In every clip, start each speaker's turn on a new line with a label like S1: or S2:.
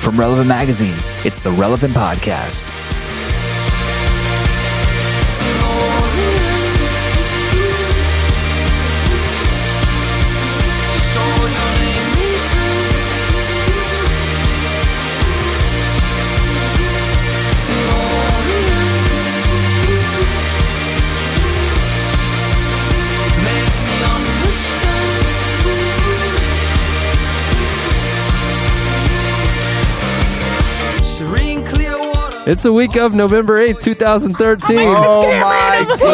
S1: From Relevant Magazine, it's the Relevant Podcast.
S2: It's the week of November 8th, 2013.
S3: Oh my goodness.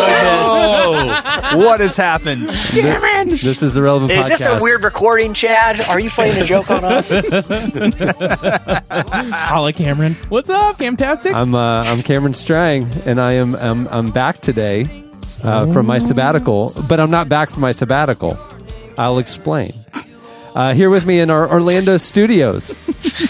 S4: Oh,
S3: What has happened?
S2: This is the relevant
S5: Is
S2: podcast.
S5: this a weird recording, Chad? Are you playing a joke on us?
S4: Holla, Cameron. What's up, Camtastic?
S2: I'm uh, I'm Cameron Strang, and I am I'm, I'm back today uh, from my sabbatical, but I'm not back from my sabbatical. I'll explain. Uh, here with me in our Orlando studios,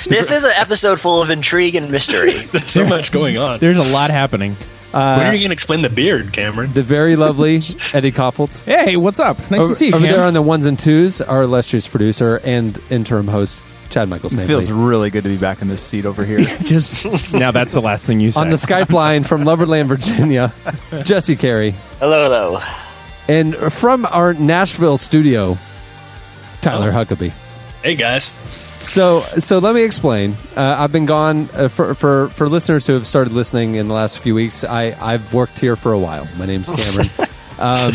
S5: this is an episode full of intrigue and mystery.
S6: so much going on.
S4: There's a lot happening. Uh,
S6: when are you going to explain the beard, Cameron?
S2: the very lovely Eddie Koffeltz.
S4: Hey, what's up? Nice
S2: Over,
S4: to see you,
S2: over
S4: Cam.
S2: there on the ones and twos, our illustrious producer and interim host Chad Michael Snavely.
S3: Feels really good to be back in this seat over here.
S4: Just now, that's the last thing you said.
S2: on the Skype line from Loverland, Virginia, Jesse Carey,
S5: Hello, hello.
S2: and from our Nashville studio, Tyler
S4: Oh.
S2: Huckabee.
S6: Hey guys,
S2: So, so let me explain. Uh, I've been gone uh, for, for for listeners who have started listening in the last few weeks. I I've worked here for a while. My name's Cameron. Um,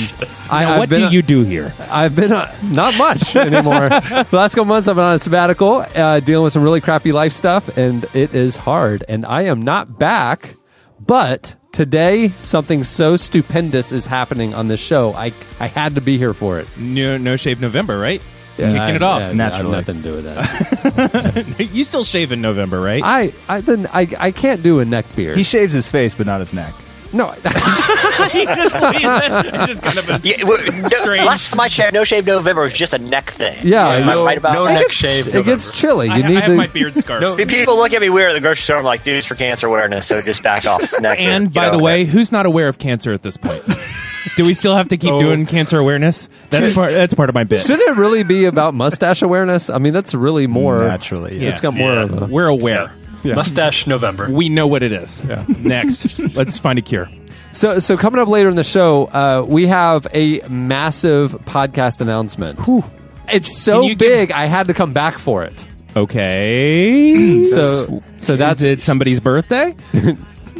S2: I,
S4: Now,
S2: I've
S4: what
S2: been,
S4: do Oh. you do here?
S2: I've been on, not much anymore. the last couple months, I've been on a sabbatical, uh, dealing with some really crappy life stuff, and it is hard. And I am not back, but today something so stupendous is happening on this show. I I had to be here for it.
S4: No, no shave November, right? Kicking
S2: I-
S4: it off.
S2: yeah,
S3: naturally.
S2: I have nothing to do with that.
S4: you still shave in November, right?
S2: I, I then I, I can't do a neck beard.
S3: He shaves his face, but not his neck.
S2: no,
S4: just kind of a
S5: Yeah, we're- no,
S4: Strange.
S5: last my Chad No Shave November was just a neck thing.
S2: Yeah,
S5: Am I
S2: no-
S5: right about
S6: no
S5: that?
S6: neck
S2: It gets-
S6: shave.
S2: It gets chilly. You
S4: I, ha-
S2: need
S4: I have
S2: the,
S4: my beard scarf.
S5: Pe- People look at me weird at the grocery store. I'm like, dude, it's for cancer awareness, so just back off. It's neck
S4: And
S5: Get
S4: by the
S5: over
S4: way,
S5: it.
S4: who's not aware of cancer at this point? do we still have to keep doing cancer awareness? That's part. That's part of my bit.
S2: Shouldn't it really be about mustache awareness? I mean, that's really more
S3: Naturally, yes.
S2: It's got more
S6: Yeah.
S2: of a,
S4: We're aware.
S6: mustache November.
S4: We know what it is. Next, let's find a cure.
S2: so. So coming up later in the show, uh, we have a massive podcast announcement. It's so
S4: Can you give-
S2: big, I had to come back for it.
S4: Okay.
S2: So, so that's
S4: is it somebody's birthday?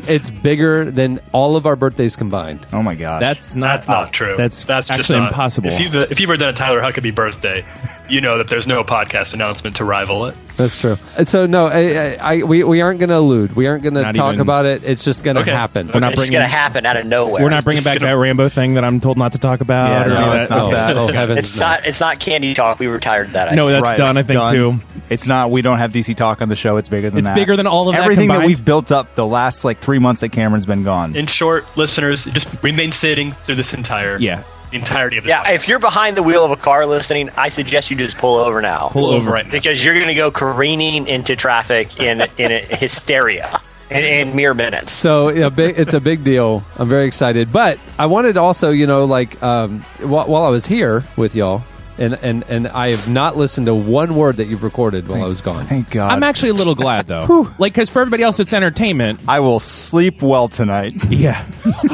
S2: It's bigger than all of our birthdays combined.
S3: Oh my gosh.
S4: That's not.
S6: That's not true.
S4: That's
S6: that's just
S4: actually
S6: not-
S4: impossible.
S6: If you've if you've ever done a Tyler Huckabee birthday, you know that there's no podcast announcement to rival it.
S2: That's true. And Uh, so no, I, I, I we, we aren't going to allude. We aren't going to
S4: Not
S2: talk
S4: even-
S2: about it. It's just going to
S6: Okay.
S2: happen.
S4: We're not
S5: it's just
S4: bringing-
S5: going to happen out of nowhere.
S4: We're not bringing back
S6: gonna-
S4: that Rambo thing that I'm told not to talk
S3: Yeah,
S4: about. or
S3: no,
S4: any of
S3: it's
S4: that.
S3: not
S2: Oh,
S3: that.
S2: oh, heavens,
S5: It's
S2: no.
S5: not. It's not candy talk. We retired that. I
S4: No,
S5: think.
S4: that's
S3: Right,
S4: done. I think
S3: done.
S4: too.
S3: It's not. We don't have DC Talk on the show. It's bigger than
S4: It's
S3: that.
S4: bigger than all of that
S3: everything that
S4: combined.
S3: we've built up the last like three months that Cameron's been gone.
S6: In short, listeners, just remain sitting through this entire
S3: Yeah.
S6: the entirety of this.
S5: Yeah, if you're behind the wheel of a car listening, I suggest you just pull over now.
S4: Pull over
S6: right now.
S5: because you're going to go careening into traffic in in a hysteria in, in mere minutes.
S2: So yeah, big, it's a big deal. I'm very excited. But I wanted to also, you know, like um, while, while I was here with y'all, and, and, and I have not listened to one word that you've recorded while I was gone.
S3: Thank God.
S4: I'm actually a little glad though, like because for everybody else it's entertainment.
S3: I will sleep well tonight.
S4: Yeah.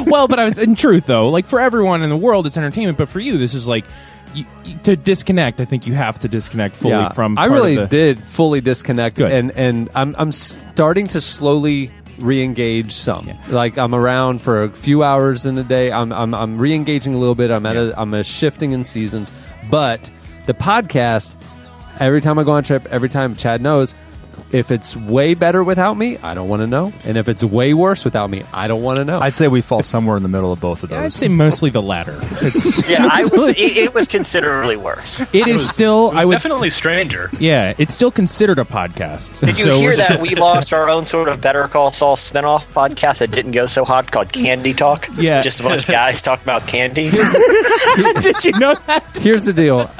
S4: well, but I was in truth though. Like for everyone in the world, it's entertainment. But for you, this is like you, you- to disconnect. I think you have to disconnect fully
S2: Yeah.
S4: from.
S2: I
S4: part of
S2: really
S4: the-
S2: did fully disconnect,
S4: Good.
S2: and and I'm I'm starting to slowly re-engage some. Like I'm around for a few hours in a day. I'm I'm, I'm re-engaging a little bit. I'm at a, I'm a shifting in seasons, but the podcast. Every time I go on a trip, every time Chad knows. If it's way better without me, I don't want to know. And if it's way worse without me, I don't want to know.
S3: I'd say we fall somewhere in the middle of both of
S4: I'd
S3: those.
S4: say mostly the latter. It's
S5: Yeah, I, it, it was considerably worse.
S4: it is still.
S6: It was
S4: I would.
S6: definitely stranger.
S4: Yeah, it's still considered a podcast.
S5: Did you
S4: So
S5: hear
S4: we're-
S5: that we lost our own sort of Better Call Saul spinoff podcast that didn't go so hot called Candy Talk?
S4: Yeah.
S5: just a bunch of guys talk about candy.
S4: Did you know that?
S2: Here's the deal.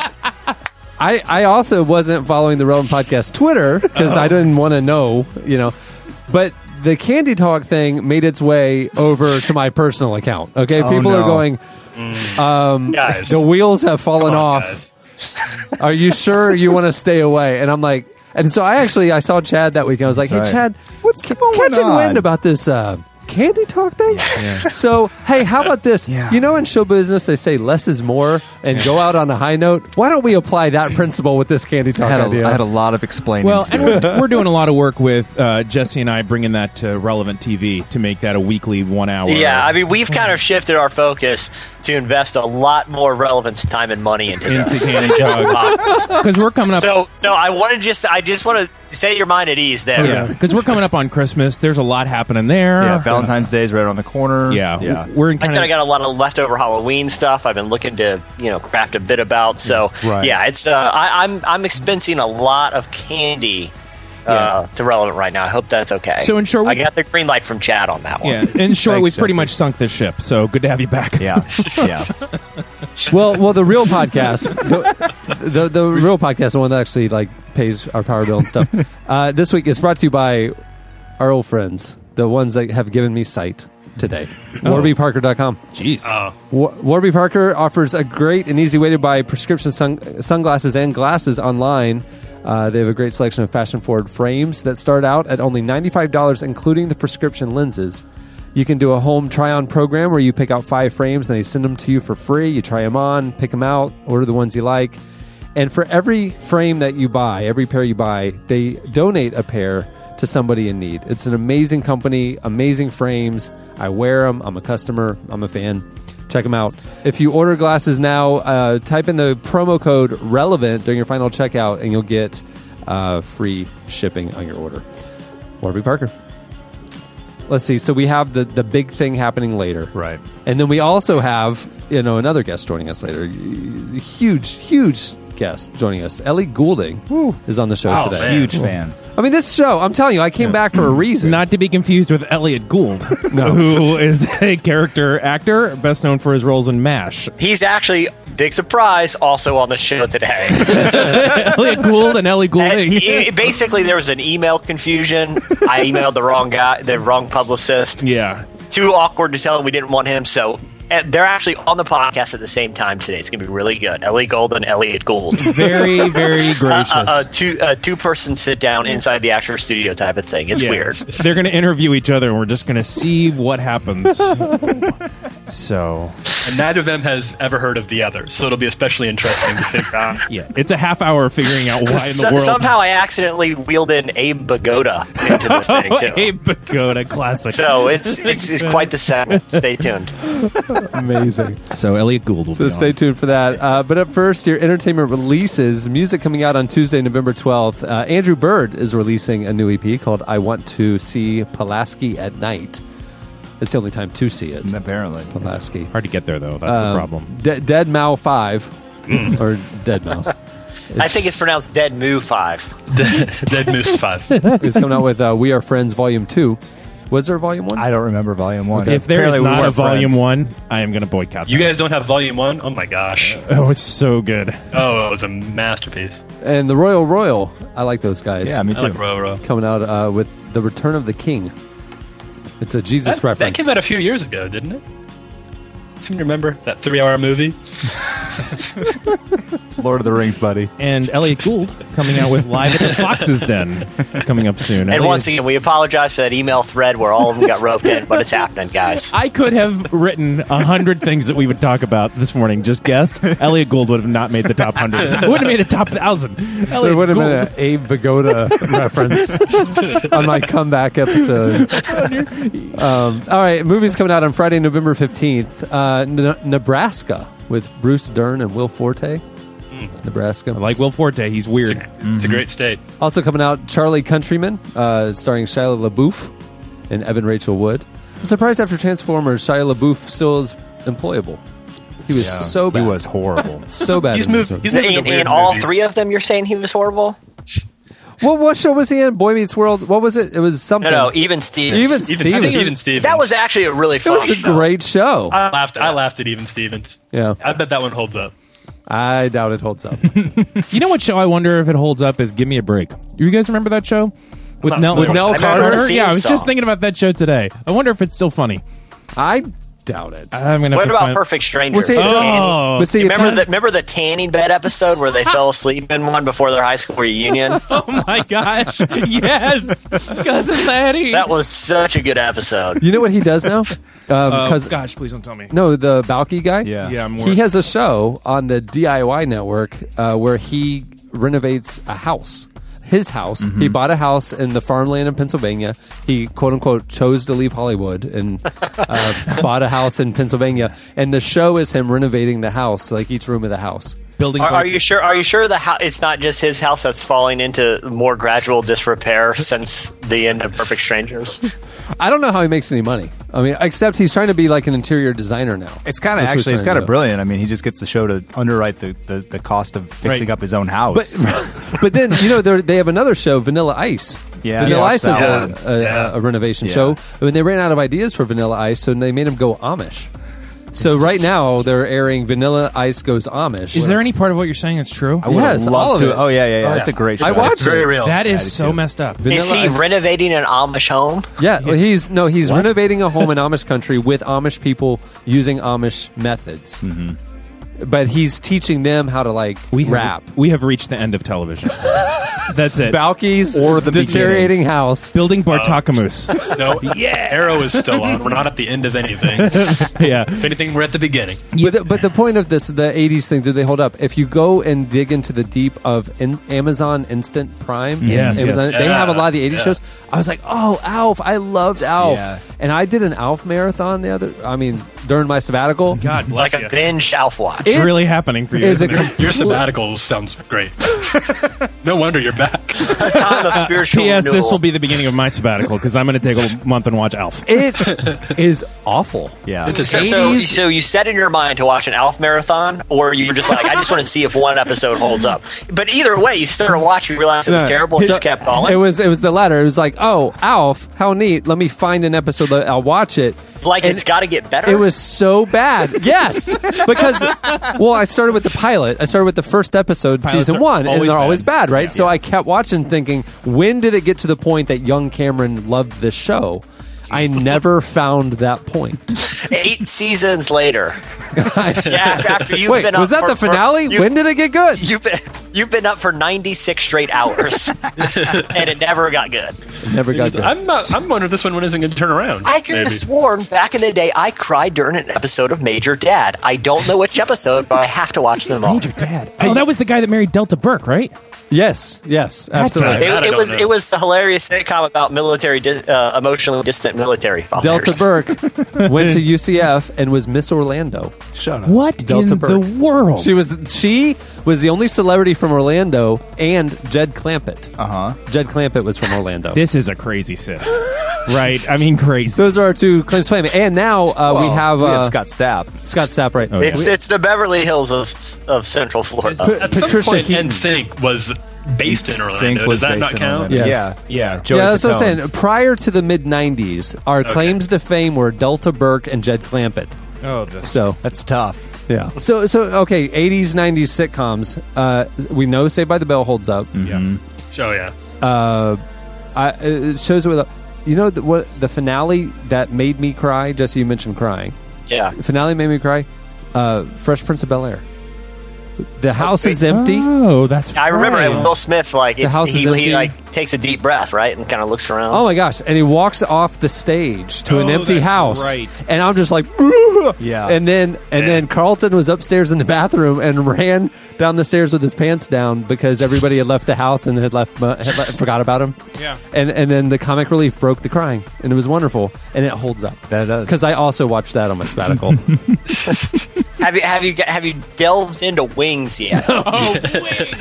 S2: I I also wasn't following the Relevant Podcast Twitter because I didn't want to know, you know. But the Candy Talk thing made its way over to my personal account. Okay,
S3: Oh,
S2: people are
S3: no.
S2: going.
S6: Guys,
S2: The wheels have fallen
S6: come on,
S2: off.
S6: guys.
S2: Are you sure you want to stay away? And I'm like, And so I actually I saw Chad that week and I was like,
S7: That's
S2: "Hey
S7: right.
S2: Chad, what's catching
S7: on?"
S2: wind about this uh, candy talk thing?" So, hey, how about this? You know in show business they say less is more and go out on a high note. Why don't we apply that principle with this candy
S7: I
S2: talk
S7: had,
S2: idea?
S7: a, I had a lot of explaining.
S4: Well,
S7: to
S4: and
S7: do.
S4: we're, we're doing a lot of work with uh, Jesse and I bringing that to Relevant TV to make that a weekly one hour.
S5: Yeah, I mean, we've kind of shifted our focus to invest a lot more relevance, time, and money into
S4: into
S5: this.
S4: Candy Dog because we're coming up.
S5: So, so I want to just, I just want to set your mind at ease there.
S4: yeah, because we're coming up on Christmas. There's a lot happening there.
S7: yeah, Valentine's Day is right around the corner.
S4: Yeah,
S7: yeah.
S4: we're in
S5: I said I
S4: kind of.
S5: got a lot of leftover Halloween stuff. I've been looking to you know craft a bit about. So
S4: Right.
S5: yeah, it's uh, I, I'm I'm expensing a lot of candy uh, to relevant right now. I hope that's okay.
S4: So in short, we-
S5: I got the green light from Chad on that one.
S4: Yeah, in short,
S7: Thanks,
S4: we've pretty
S7: Jesse.
S4: much sunk this ship. So good to have you back.
S7: yeah, yeah.
S2: well, well, the real podcast, the, the the real podcast, the one that actually like pays our power bill and stuff. Uh, this week is brought to you by our old friends, the ones that have given me sight today. WarbyParker.com.
S4: Jeez.
S6: Oh,
S2: Wa- Warby Parker offers a great and easy way to buy prescription sun- sunglasses and glasses online. Uh, they have a great selection of fashion forward frames that start out at only $95, including the prescription lenses. You can do a home try on program where you pick out five frames and they send them to you for free. You try them on, pick them out, order the ones you like. And for every frame that you buy, every pair you buy, they donate a pair to somebody in need. It's an amazing company, amazing frames. I wear them. I'm a customer. I'm a fan. Check them out. If you order glasses now, uh, type in the promo code relevant during your final checkout, and you'll get uh, free shipping on your order. Warby Parker. Let's see. So we have the the big thing happening later,
S6: right.
S2: and then we also have, you know, another guest joining us later. Huge, huge guest joining us. Ellie Goulding is on the show
S6: Wow,
S2: today.
S6: man.
S7: Huge fan.
S2: I mean, this show, I'm telling you, I came back for a reason.
S4: Not to be confused with Elliot Gould, who is a character actor best known for his roles in MASH.
S5: He's actually big surprise also on the show today.
S4: Elliot Gould and Ellie Goulding.
S5: And e- basically, there was an email confusion. I emailed the wrong guy, the wrong publicist.
S4: yeah.
S5: too awkward to tell him we didn't want him. So uh, they're actually on the podcast at the same time today. It's going to be really good. Ellie Gold and Elliot Gould. A
S4: Very, very
S5: Uh,
S4: gracious.
S5: two a two person sit down inside the actual studio type of thing. It's
S4: Yeah.
S5: weird.
S4: They're going to interview each other, and we're just going to see what happens. so,
S6: And neither of them has ever heard of the other, so it'll be especially interesting to figure out.
S4: yeah, it's a half hour figuring out why in the
S5: So-
S4: world.
S5: somehow I accidentally wheeled in Abe Bagoda into this
S4: Oh,
S5: thing
S4: hey,
S5: too.
S4: Pagoda classic.
S5: So it's, it's it's quite the set. Stay tuned.
S2: amazing.
S4: So Elliot Gould will
S2: So stay tuned for that. Uh, but up first, your entertainment releases music coming out on Tuesday, November 12th. Uh, Andrew Bird is releasing a new EP called I Want to See Pulaski at Night. It's the only time to see it.
S7: Apparently,
S2: Pulaski.
S4: Hard to get there though. That's the problem.
S2: De- Dead Mouse 5, or Dead Mouse.
S5: I think it's pronounced Dead Moo Five.
S6: Dead Moose Five.
S2: is coming out with uh, We Are Friends Volume 2. Was there a Volume 1?
S7: I don't remember Volume One.
S4: If there is
S7: Apparently we
S4: not a
S7: weren't
S4: volume
S7: friends.
S4: one, I am going to boycott.
S6: You
S4: that.
S6: guys don't have Volume One? Oh my gosh!
S4: oh, it's so good.
S6: Oh, it was a masterpiece.
S2: and the Royal Royal. I like those guys.
S7: Yeah, me
S6: I
S7: too.
S6: like Row Row.
S2: coming out uh, with the Return of the King. It's a Jesus
S6: That, that
S2: reference.
S6: came out a few years ago, didn't it? I seem to remember that three-hour movie.
S7: It's Lord of the Rings, buddy.
S4: And Elliot Gould coming out with Live at the Fox's Den coming up soon.
S5: And
S4: Elliot-
S5: once again, we apologize for that email thread where all of them got roped in, but it's happening, guys.
S4: I could have written a hundred things that we would talk about this morning. Just guessed. Elliot Gould would have not made the top hundred. Wouldn't have made the top thousand.
S2: there
S4: Elliot
S2: would have
S4: Gould.
S2: been an Abe Vigoda reference on my comeback episode. Um, all right, movies coming out on Friday, November 15th. Uh, N- Nebraska with Bruce Dern and Will Forte. Nebraska.
S4: I like Will Forte. He's weird.
S6: It's a great state.
S2: Also coming out, Charlie Countryman, uh, starring Shia LaBeouf and Evan Rachel Wood. I'm surprised after Transformers, Shia LaBeouf still is employable. He was so bad.
S7: He was horrible.
S2: so bad.
S6: He's
S2: in
S6: moved.
S2: those
S6: He's moved
S5: And, and all three of them, you're saying he was horrible?
S2: movies. What, what show was he in? Boy Meets World. What was it? It was something.
S5: No, no, E- even Stevens.
S2: Even
S6: even
S2: Stevens.
S6: Stevens. Even Stevens.
S5: that was actually a really
S2: it
S5: fun
S2: was a
S5: show.
S2: great show.
S6: I laughed. I laughed at Even Stevens.
S2: Yeah.
S6: I bet that one holds up.
S2: I doubt it holds up.
S4: You know what show I wonder if it holds up is Give Me a Break. You guys remember that show with
S6: not
S4: Nell,
S6: familiar
S4: Nell
S5: with that. I remember
S4: Carter?
S5: the theme
S4: Yeah, I was just
S5: song.
S4: thinking about that show today. I wonder if it's still funny.
S2: I doubt it.
S4: I'm gonna.
S5: What
S4: have to
S5: about
S4: find-
S5: Perfect Stranger?
S2: Well, see,
S5: The
S2: it-
S5: tanning-
S4: Oh.
S2: but see, it
S5: remember
S2: has-
S5: the remember the tanning bed episode where they fell asleep in one before their high school reunion?
S4: Oh my gosh! yes, cousin Maddie.
S5: that was such a good episode.
S2: You know what he does now?
S4: Oh,
S2: Because
S4: gosh, please don't tell me.
S2: no, the Balky guy.
S7: Yeah.
S4: Yeah, I'm
S2: he has a show on the DIY network uh, where he renovates a house. His house.
S7: Mm-hmm.
S2: He bought a house in the farmland in Pennsylvania. He quote unquote chose to leave Hollywood and uh, bought a house in Pennsylvania. And the show is him renovating the house, like each room of the house.
S4: building.
S5: Are, are
S4: like-
S5: you sure? Are you sure the ho- it's not just his house that's falling into more gradual disrepair since the end of Perfect Strangers?
S2: I don't know how he makes any money. I mean, except he's trying to be like an interior designer now.
S7: It's kind of
S2: That's what
S7: actually,
S2: he's
S7: it's
S2: trying
S7: kind
S2: to
S7: of
S2: do.
S7: brilliant. I mean, he just gets the show to underwrite the, the, the cost of fixing
S4: Right.
S7: up his own house.
S2: But, but then you know they're- they have another show, Vanilla Ice.
S7: Yeah,
S2: Vanilla
S7: yeah,
S2: Ice is
S7: that
S2: a,
S7: one.
S2: a, a renovation
S7: Yeah.
S2: show. I mean, they ran out of ideas for Vanilla Ice, so they made him go Amish. So right now they're airing Vanilla Ice goes Amish.
S4: Is there any part of what you're saying that's true?
S7: I would
S2: Yes,
S7: love
S2: all of
S7: to.
S2: it.
S7: Oh yeah, yeah, yeah.
S2: Oh,
S7: It's a great show.
S2: I watched
S6: It's very
S2: it.
S6: real.
S4: That is
S7: is
S4: so
S7: too.
S4: messed up.
S5: Is
S2: Vanilla
S5: he
S2: Ice-
S5: renovating an Amish home?
S2: yeah, well, he's no, he's renovating a home in Amish country with Amish people using Amish methods.
S7: Mm-hmm.
S2: But he's teaching them how to like
S4: We have,
S2: rap.
S4: We have reached the end of television. that's it.
S2: Balky's or the deteriorating house.
S4: building Bartakamus.
S6: No, yeah. Arrow is still on. We're not at the end of anything. if
S4: yeah.
S6: anything, we're at the beginning.
S2: But the, but the point of this, the 80s thing, do they hold up? If you go and dig into the deep of in, Amazon Instant Prime,
S4: Yes,
S2: Amazon,
S6: yes.
S2: they have a lot of the 80s
S6: Yeah,
S2: shows. I was like, oh, Alf. I loved Alf.
S7: Yeah.
S2: And I did an Alf marathon the other, I mean, during my sabbatical.
S4: God bless
S5: Like a binge Alf watch.
S4: It's
S2: It
S4: really happening for you.
S2: Is a
S4: isn't it?
S2: complete
S6: Your sabbaticals sounds great. no wonder you're back.
S5: A time of spiritual
S4: P.S. This
S5: renewal.
S4: will be the beginning of my sabbatical because I'm going to take a month and watch Alf.
S2: it is awful.
S7: Yeah.
S6: It's a
S5: So, so,
S2: 80s?
S5: so you set in your mind to watch an Alf marathon, or you were just like, I just want to see if one episode holds up. But either way, you started watching, you realized it was
S2: No,
S5: terrible, and
S2: so-
S5: just kept
S2: It
S5: going.
S2: was it was the latter. It was like, oh, Alf, how neat. Let me find an episode. that I'll watch it.
S5: like
S2: And-
S5: it's got to get better.
S2: It was so bad. Yes, because well, I started with the pilot. I started with the first episode,
S4: Pilots
S2: season
S4: are
S2: one, and
S4: always
S2: they're always
S4: bad.
S2: bad, right?
S4: Yeah.
S2: So I kept watching, thinking, when did it get to the point that young Cameron loved this show? I never found that point.
S5: eight seasons later. yeah, after, after you've
S2: Wait,
S5: been up
S2: was that
S5: for-
S2: the
S5: for-
S2: finale?
S5: you've-
S2: when did it get good?
S5: You've been, you've been up for 96 straight hours, and it never got good.
S2: Never got good.
S6: I'm not. I'm wondering if this one isn't going to turn around.
S5: I could have
S6: Maybe.
S5: sworn back in the day I cried during an episode of Major Dad. I don't know which episode, but I have to watch them all.
S4: Major Dad. Oh, that was the guy that married Delta Burke, right?
S2: yes, yes,
S6: guy.
S2: absolutely.
S6: That
S5: It,
S6: I
S5: it
S6: don't
S5: was
S6: know.
S5: it was the hilarious sitcom about military, di- uh, emotionally distant military fathers.
S2: Delta Burke went to UCF and was Miss Orlando.
S7: Shut up.
S4: What
S2: Delta
S4: in
S2: Burke.
S4: the world?
S2: She was she was the only celebrity from Orlando, and Jed Clampett. Uh huh. Jed Clampett was from Orlando.
S4: this is a crazy sit, right? I mean, crazy.
S2: Those are our two claims to fame. And now uh, we have uh,
S7: Oh, Scott Stapp.
S2: Scott Stapp, right?
S5: It's it's the Beverly Hills of of Central Florida.
S6: At
S2: Patricia
S6: some point,
S2: Heaton.
S6: NSYNC was based in
S7: Sync
S6: Orlando.
S7: was
S6: Does
S7: based
S6: that not
S7: in
S6: count?
S7: Orlando.
S2: Yes.
S7: Yeah, yeah. Joey
S2: Yeah, that's what I'm
S7: Fatone.
S2: saying. Prior to the mid '90s, our claims to fame were Delta Burke and Jed Clampett.
S4: Oh, this.
S2: So
S7: That's tough.
S2: yeah. So so okay. '80s '90s sitcoms. Uh, we know Saved by the Bell holds up.
S6: Oh yeah.
S2: I, it shows with. You know the, what the finale that made me cry? Jesse, you mentioned crying.
S5: Yeah.
S2: The finale made me cry. Uh, Fresh Prince of Bel Air. The house is
S5: wait.
S2: empty.
S4: Oh, that's.
S5: I remember
S4: right.
S5: it, Will Smith like it's,
S2: house is
S5: he,
S2: empty.
S5: he like takes a deep breath right and kind of looks around.
S2: Oh my gosh! And he walks off the stage to an
S4: Oh,
S2: empty
S4: that's
S2: house,
S4: right.
S2: and I'm just like,
S7: Yeah.
S2: And then and
S6: Yeah.
S2: then Carlton was upstairs in the bathroom and ran down the stairs with his pants down because everybody had left the house and had left had le- forgot about him.
S4: Yeah.
S2: And and then the comic relief broke the crying, and it was wonderful, and it holds up.
S7: That it does.
S2: because I also watched that on my sabbatical.
S5: Have you have you got- have you delved into Wings yet?
S4: Oh, wait,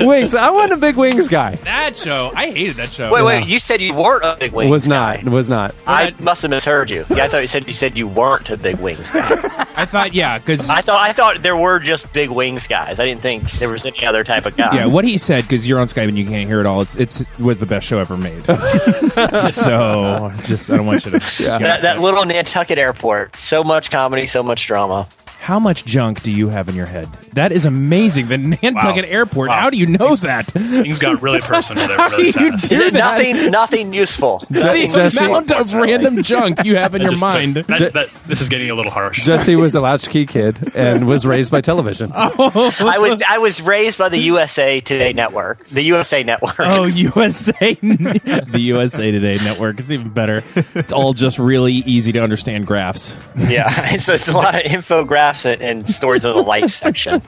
S2: Wings. I wasn't a big Wings guy.
S4: that show. I hated that show.
S5: Wait, wait. You said you weren't a big Wings.
S2: Was
S5: guy.
S2: not. Was not.
S5: I must have misheard you. Yeah, I thought you said you said you weren't a big Wings guy.
S4: I thought, yeah, because
S5: I thought I thought there were just big Wings guys. I didn't think there was any other type of guy.
S4: yeah, what he said because you're on Skype and you can't hear it all. It's it's was the best show ever made. so just I don't want you to.
S5: that, that little Nantucket airport. So much comedy, so much drama.
S4: How much junk do you have in your head? That is amazing. The Nantucket Airport. How do you know that?
S6: Things got really personal there
S4: How do
S6: really
S4: you
S6: fast.
S4: do that?
S5: nothing, nothing useful.
S4: The
S5: Nothing useful
S4: amount of
S5: whatsoever.
S4: random junk you have in
S6: That
S4: your
S6: just took-
S4: mind.
S6: that- that- this is getting a little harsh.
S2: Jesse was a latchkey kid and was raised by television.
S5: I was I was raised by the USA Today Network, the USA Network.
S4: Oh, USA, the USA Today network is even better. It's all just really easy to understand graphs.
S5: Yeah, so it's a lot of infographics and, and stories of the life section.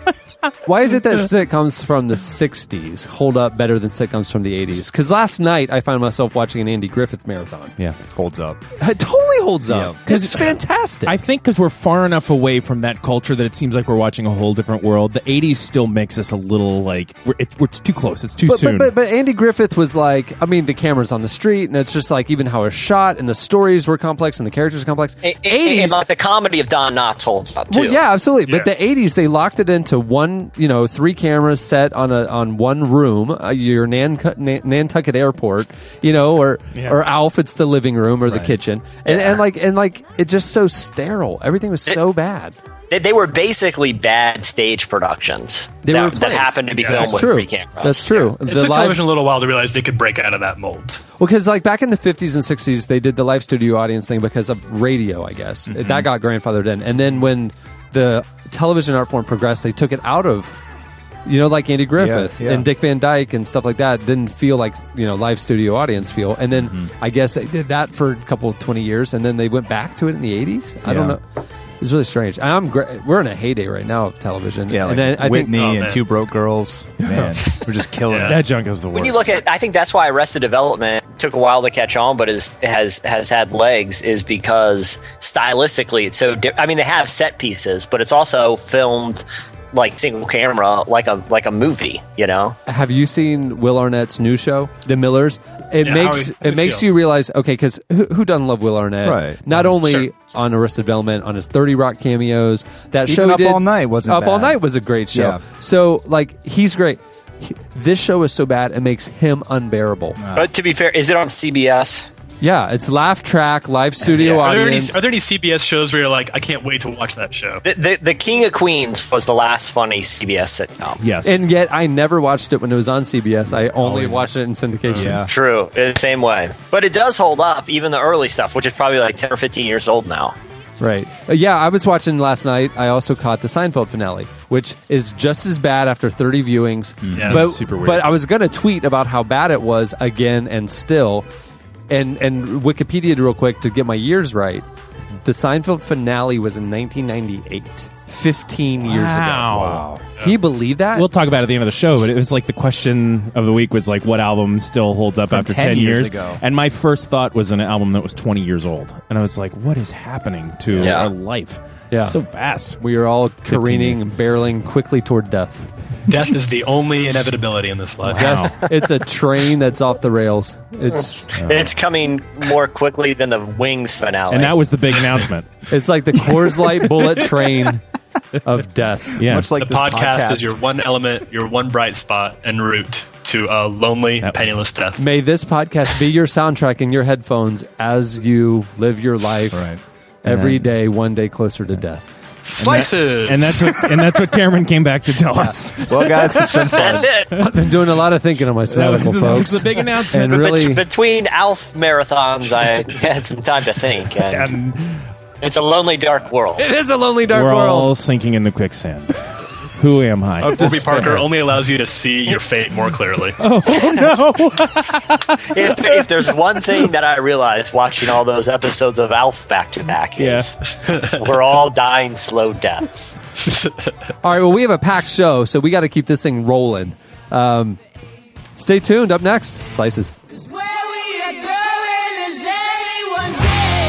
S2: Why is it that sitcoms from the 60s hold up better than sitcoms from the 80s? Because last night I found myself watching an Andy Griffith marathon.
S4: Yeah,
S7: holds up.
S2: It totally holds up. Because it's fantastic.
S4: I think because we're far enough away from that culture that it seems like we're watching a whole different world. The '80s still makes us a little like we're, it, we're it's too close. It's too
S2: but,
S4: soon.
S2: but, but, but Andy Griffith was like, I mean, the camera's on the street, and it's just like even how it's shot, and the stories were complex, and the characters were complex.
S5: And, and- and, like the comedy of Don Knotts holds up too.
S2: Well, yeah, absolutely. But
S6: Yeah.
S2: the '80s, they locked it into one, you know, three cameras set on a on one room, uh, your Nan- Nan- Nantucket Airport, you know, or or Alf, it's the living room or the kitchen, and and like and like it's just so sterile. Everything was so bad.
S5: They, they were basically bad stage productions
S2: They
S5: that,
S2: were
S5: that
S2: plays.
S5: happened to be
S6: Yeah,
S5: filmed
S6: that's
S5: with
S2: True.
S5: free cameras.
S2: That's true.
S6: It took television a little while to realize they could break out of that mold.
S2: Well, because like back in the 50s and 60s, they did the live studio audience thing because of radio, I guess.
S7: Mm-hmm.
S2: That got grandfathered in. And then when the television art form progressed, they took it out of, you know, like Andy Griffith
S7: yeah.
S2: and Dick Van Dyke and stuff like that. Didn't feel like, you know, live studio audience feel. And then
S7: Mm-hmm.
S2: I guess they did that for a couple, 20 years. And then they went back to it in the 80s. I don't
S7: Yeah.
S2: know. It's really strange. I'm gra- we're in a heyday right now of television.
S7: Yeah, like
S2: and I, I
S7: Whitney
S6: Oh, man.
S7: and Two Broke Girls. Man, we're just killing it.
S6: Yeah.
S4: that junk is the worst.
S5: When you look at, I think that's why Arrested Development took a while to catch on, but is has has had legs, is because stylistically it's so. Di- I mean, they have set pieces, but it's also filmed like single camera, like a like a movie. You know,
S2: Have you seen Will Arnett's new show, The Millers? It
S6: Yeah,
S2: makes
S6: how
S2: it
S6: we-
S2: makes
S6: feel.
S2: you realize, okay, because who, who doesn't love Will Arnett?
S7: Right.
S2: Not only
S6: sure.
S2: on Arrested Development, on his Thirty Rock cameos, that
S7: Even
S2: show he
S7: Up
S2: did-
S7: All Night wasn't
S2: Up All
S7: bad.
S2: Night was a great show.
S7: Yeah.
S2: So like he's great. He- this show is so bad it makes him unbearable.
S5: but to be fair, is it on CBS?
S2: yeah, it's laugh track, live studio
S6: Are there, any,
S2: audience.
S6: are there any CBS shows where you're like, I can't wait to watch that show?
S5: The, the, the King of Queens was the last funny CBS sitcom.
S4: yes,
S2: and yet I never watched it when it was on CBS. I only watched it in syndication.
S7: Oh, Yeah.
S5: True, in the same way. But it does hold up, even the early stuff, which is probably like 10 or 15 years old now.
S2: Right. Uh, yeah, I was watching last night. I also caught the Seinfeld finale, which is just as bad after 30 viewings.
S6: Yeah,
S2: but,
S6: it's
S4: Mm-hmm. super weird.
S2: But I was going to tweet about how bad it was again and still. And and Wikipedia real quick to get my years right. The Seinfeld finale was in 1998, 15 years ago.
S4: Wow.
S2: Can you believe that?
S4: we'll talk about it at the end of the show. But it was like the question of the week was like, what album still holds up after
S7: 10
S4: ten
S7: years
S4: years?
S7: ago.
S4: And my first thought was an album that was twenty years old, and I was like, what is happening to
S5: Yeah.
S4: our life?
S2: Yeah.
S4: so fast.
S2: we are all careening and barreling quickly toward death.
S6: Death is the only inevitability in this life.
S4: Wow.
S2: it's a train that's off the rails. It's
S5: It's coming more quickly than the Wings finale.
S4: and that was the big announcement.
S2: it's like the Coors Light bullet train of death.
S4: Yeah,
S7: Much like
S6: The
S7: this
S6: podcast, is your one element, your one bright spot en route to a lonely,
S4: That was-
S6: penniless death.
S2: May this podcast be your soundtrack in your headphones as you live your life
S7: Right.
S2: every
S4: And
S2: day, one day closer to death.
S6: Slices!
S4: and that's what, and that's what Cameron came back to tell us.
S7: Well, guys, it's been fun.
S5: That's it.
S2: Been doing a lot of thinking on my sabbatical, folks.
S4: big announcement.
S2: and
S5: But
S2: really,
S5: bet- between Alf marathons, I had some time to think. And it's a lonely, dark world.
S2: it is a lonely dark
S4: We're
S2: world.
S4: all sinking in the quicksand. Who am I?
S6: Warby Parker only allows you to see your fate more clearly.
S4: Oh,
S5: If, if there's one thing that I realized watching all those episodes of Alf back to back is we're all dying slow deaths.
S2: All right, well, we have a packed show, so we got to keep this thing rolling. Um, stay tuned. Up next, Slices.
S8: Where we are going is anyone's game.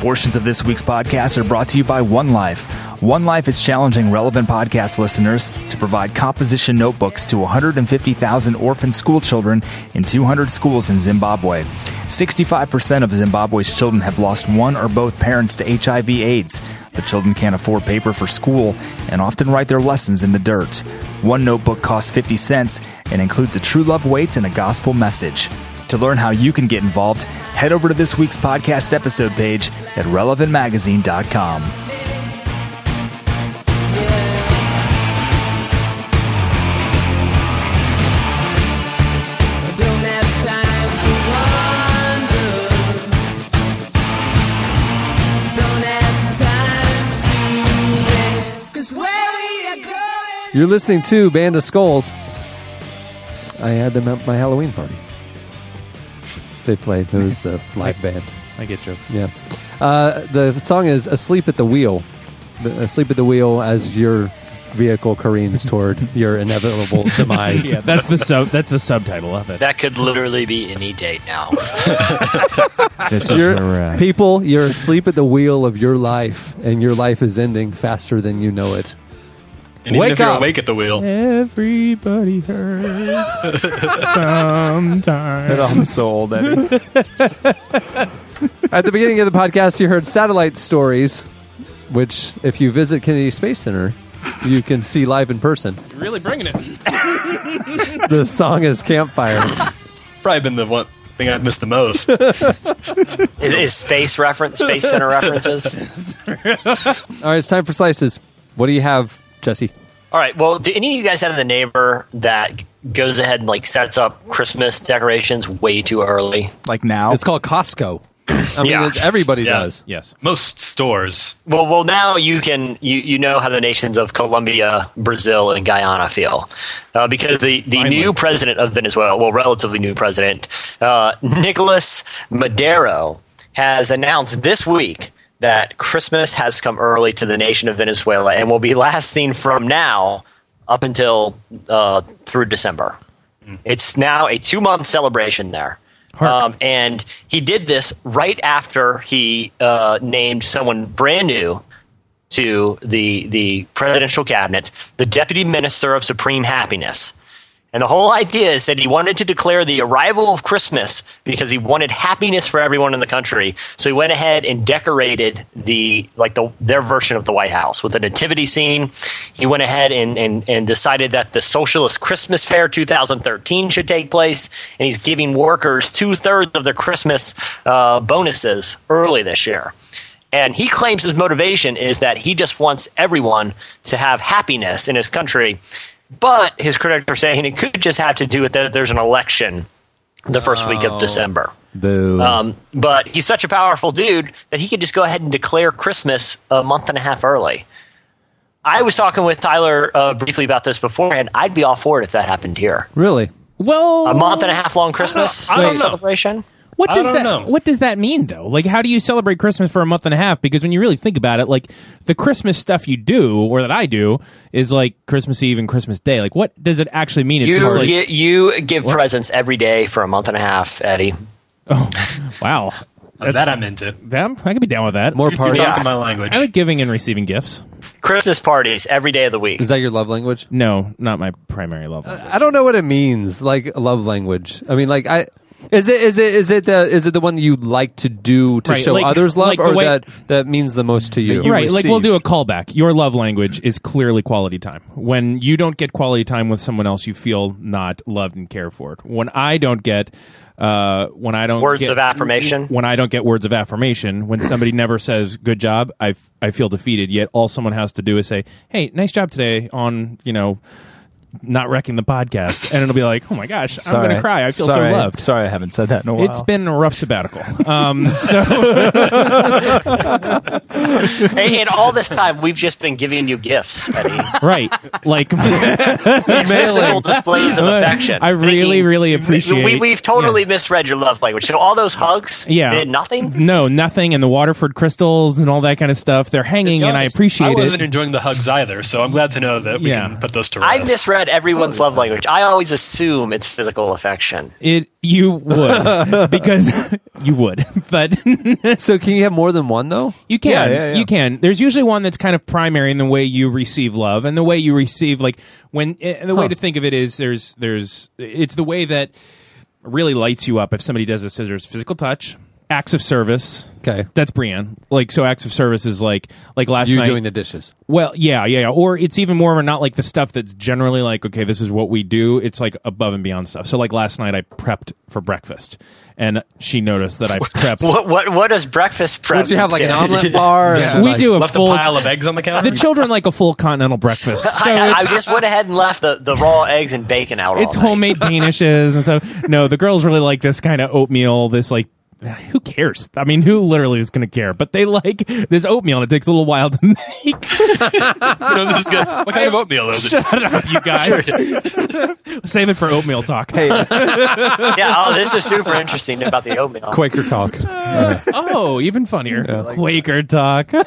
S1: Portions of this week's podcast are brought to you by One Life. One Life is challenging relevant podcast listeners to provide composition notebooks to 150,000 orphan school children in 200 schools in Zimbabwe. 65% of Zimbabwe's children have lost one or both parents to HIV/AIDS. The children can't afford paper for school and often write their lessons in the dirt. One notebook costs 50 cents and includes a true love waits and a gospel message. To learn how you can get involved, head over to this week's podcast episode page at relevantmagazine.com.
S8: I don't have time to wander. Don't have time to waste. 'Cause where we are going
S2: You're listening to Band of Skulls. I had them at my Halloween party. They played. It was the live band.
S4: I get jokes.
S2: Yeah. Uh, the song is "Asleep at the Wheel." The, Asleep at the wheel as your vehicle careens toward your inevitable demise.
S4: yeah, that's the sub. That's the subtitle of it.
S5: That could literally be any date now.
S9: This is
S2: You're-
S9: where we're at.
S2: people, you're asleep at the wheel of your life, and your life is ending faster than you know it.
S6: And even
S2: Wake
S6: if you're
S2: up.
S6: awake at the wheel,
S4: Everybody hurts sometimes.
S7: I'm so old, Eddie.
S2: At the beginning of the podcast, you heard Satellite Stories, which, if you visit Kennedy Space Center, you can see live in person.
S6: really bringing it.
S2: The song is Campfire.
S6: Probably been the one thing I've missed the most.
S5: is, is space reference, space center references?
S2: All right, it's time for slices. What do you have, Jesse?
S5: All right. Well, do any of you guys have the neighbor that goes ahead and like sets up Christmas decorations way too early?
S7: Like now,
S2: It's called Costco. I mean,
S6: Yeah.
S2: it's, everybody
S6: Yeah.
S2: does.
S4: Yes.
S6: Most stores.
S5: Well, well, now you can you, you know how the nations of Colombia, Brazil, and Guyana feel uh, because the, the new president of Venezuela, well, relatively new president, uh, Nicolas Maduro, has announced this week that Christmas has come early to the nation of Venezuela and will be lasting from now up until uh, through December. It's now a two month celebration there. Um, and he did this right after he uh, named someone brand new to the, the presidential cabinet, the deputy minister of supreme happiness. And the whole idea is that he wanted to declare the arrival of Christmas because he wanted happiness for everyone in the country. So he went ahead and decorated the like the their version of the White House with a nativity scene. He went ahead and and, and decided that the Socialist Christmas Fair 2013 should take place, and he's giving workers two thirds of their Christmas uh, bonuses early this year. And he claims his motivation is that he just wants everyone to have happiness in his country. But his critics are saying it could just have to do with that there's an election the first week
S6: Oh.
S5: of December.
S9: Boo.
S5: Um, but he's such a powerful dude that he could just go ahead and declare Christmas a month and a half early. I was talking with Tyler uh, briefly about this beforehand. I'd be all for it if that happened here.
S2: Really?
S4: Well,
S5: A month and a half long Christmas
S6: I don't know.
S5: celebration.
S4: What
S6: I
S4: does
S6: don't
S4: that
S6: know.
S4: What does that mean though? Like, how do you celebrate Christmas for a month and a half? Because when you really think about it, like the Christmas stuff you do or that I do is like Christmas Eve and Christmas Day. Like, what does it actually mean? It's
S5: You,
S4: just like,
S5: gi- you give presents every day for a month and a half, Eddie.
S4: oh, wow,
S6: that I'm into.
S4: them. I could be down with that.
S2: More party?
S6: You're talking my language.
S4: I like giving and receiving gifts.
S5: Christmas parties every day of the week.
S2: Is that your love language?
S4: No, not my primary
S7: Uh,
S4: love. language.
S2: I don't know what it means. Like love language. I mean, like I. Is it is it is it the is it the one that you like to do to
S4: Right,
S2: show
S4: like-
S2: others love,
S4: like the
S2: or
S4: way-
S2: that that means the most to you?
S4: right like we'll do a callback your love language is clearly quality time when you don't get quality time with someone else you feel not loved and cared for when i don't get uh, when i don't
S5: Words
S4: get-
S5: of affirmation.
S4: when i don't get words of affirmation when somebody never says good job I, f- I feel defeated yet all someone has to do is say hey nice job today on you know not wrecking the podcast and it'll be like oh my gosh i'm gonna cry i feel
S7: Sorry.
S4: so loved
S7: Sorry, I haven't said that in a while.
S4: it's been a rough sabbatical um, so
S5: and, and all this time, we've just been giving you gifts, Eddie.
S4: right like
S5: Physical displays of affection.
S4: I really,
S5: Thinking-
S4: really appreciate-
S5: We, we've totally misread your love language. So all those hugs
S4: Yeah. Mm-hmm.
S5: did nothing.
S4: No, nothing. And the Waterford crystals and all that kind of stuff. They're hanging,
S6: To be
S4: and I
S6: honest,
S4: appreciate
S6: I
S4: it.
S6: wasn't enjoying the hugs either, so I'm glad to know that we
S4: Yeah.
S6: can put those to
S5: I
S6: rest.
S5: misread read everyone's love language. I always assume it's physical affection.
S4: It you would because you would, but
S2: so can you have more than one though?
S4: You can, you can. There's usually one that's kind of primary in the way you receive love, and the way you receive like when and the way
S2: Huh.
S4: to think of it is there's there's it's the way that really lights you up if somebody does this. So there's physical touch, acts of service.
S2: Okay,
S4: that's Brienne. Like so, acts of service is like like last
S2: you
S4: night
S2: doing the dishes.
S4: well, yeah, yeah, yeah. Or it's even more of a not like the stuff that's generally like, okay, this is what we do. It's like above and beyond stuff. So like last night I prepped for breakfast and she noticed that I prepped.
S5: What what what does breakfast prep?
S4: Would you have, like, an
S5: entail?
S4: omelet bar? Yeah. We do a
S6: left
S4: full-
S6: a pile of eggs on the counter.
S4: The children like a full continental breakfast. So
S5: I, I
S4: it's,
S5: just went ahead and left the, the raw eggs and bacon out.
S4: it's
S5: all
S4: homemade danishes and stuff. No, the girls really like this kind of oatmeal, this like who cares? I mean, who literally is going to care? But they like this oatmeal, and it takes a little while to make.
S6: no, this is good. What kind of oatmeal is it?
S4: Shut up, you guys. Save it for oatmeal talk.
S5: yeah. Oh, this is super interesting about the oatmeal.
S2: Quaker talk.
S4: oh, even funnier. Quaker talk.
S2: All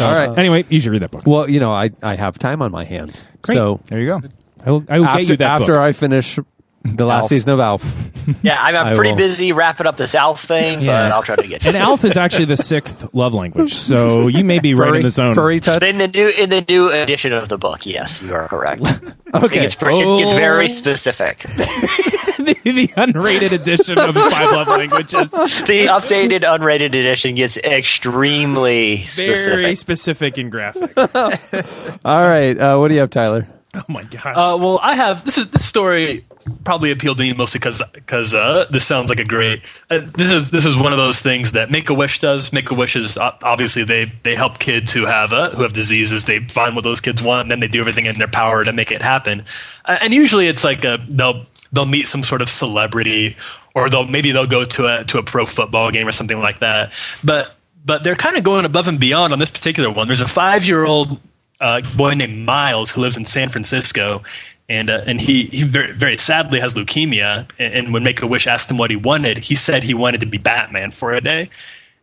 S2: right.
S4: Anyway, you should read that book.
S2: Well, you know, I, I have time on my hands.
S4: Great.
S2: So
S4: there you go. I will, I will
S2: after,
S4: get you that
S2: after
S4: book.
S2: I finish the last
S4: Alf.
S2: season of Alf.
S5: Yeah, I'm,
S2: I
S5: I'm pretty
S2: will.
S5: busy wrapping up this Alf thing, but
S4: Yeah.
S5: I'll try to get.
S4: and Alf is actually the sixth love language, so you may be right in the zone.
S2: Furry touch.
S5: in the new in the new edition of the book. Yes, you are correct. It
S2: Okay. Oh.
S5: gets, pretty, it gets
S4: Oh.
S5: very specific.
S4: the, the unrated edition of Five Love Languages.
S5: The updated unrated edition gets extremely
S4: Very
S5: specific.
S4: specific and graphic.
S2: All right. Uh, what do you have, Tyler?
S4: Oh my gosh.
S6: Uh, well, I have this is this story probably appealed to me mostly because uh, this sounds like a great. Uh, this is this is one of those things that Make a Wish does. Make a Wish is uh, obviously they they help kids who have uh, who have diseases. They find what those kids want, and then they do everything in their power to make it happen. Uh, and usually, it's like a they'll they'll meet some sort of celebrity, or they'll maybe they'll go to a to a pro football game or something like that. But but they're kind of going above and beyond on this particular one. There's a five year old a boy named Miles who lives in San Francisco, and uh, and he he very, very sadly has leukemia. And, and when Make a Wish asked him what he wanted, he said he wanted to be Batman for a day.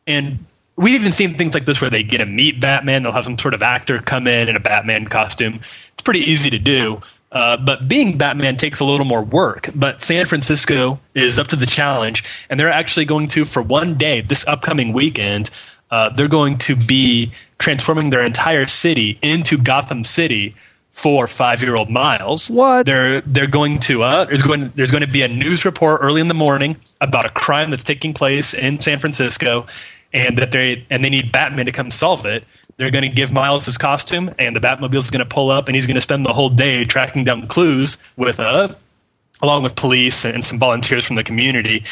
S6: And we've even seen things like this where they get to meet Batman. They'll have some sort of actor come in in a Batman costume. It's pretty easy to do. Uh, but being Batman takes a little more work. But San Francisco is up to the challenge, and they're actually going to, for one day this upcoming weekend, uh, they're going to be transforming their entire city into Gotham City for five-year-old Miles.
S2: What?
S6: They're they're going to uh, there's going there's going to be a news report early in the morning about a crime that's taking place in San Francisco, and that they and they need Batman to come solve it. They're going to give Miles his costume, and the Batmobile is going to pull up, and he's going to spend the whole day tracking down clues with uh, along with police and some volunteers from the community,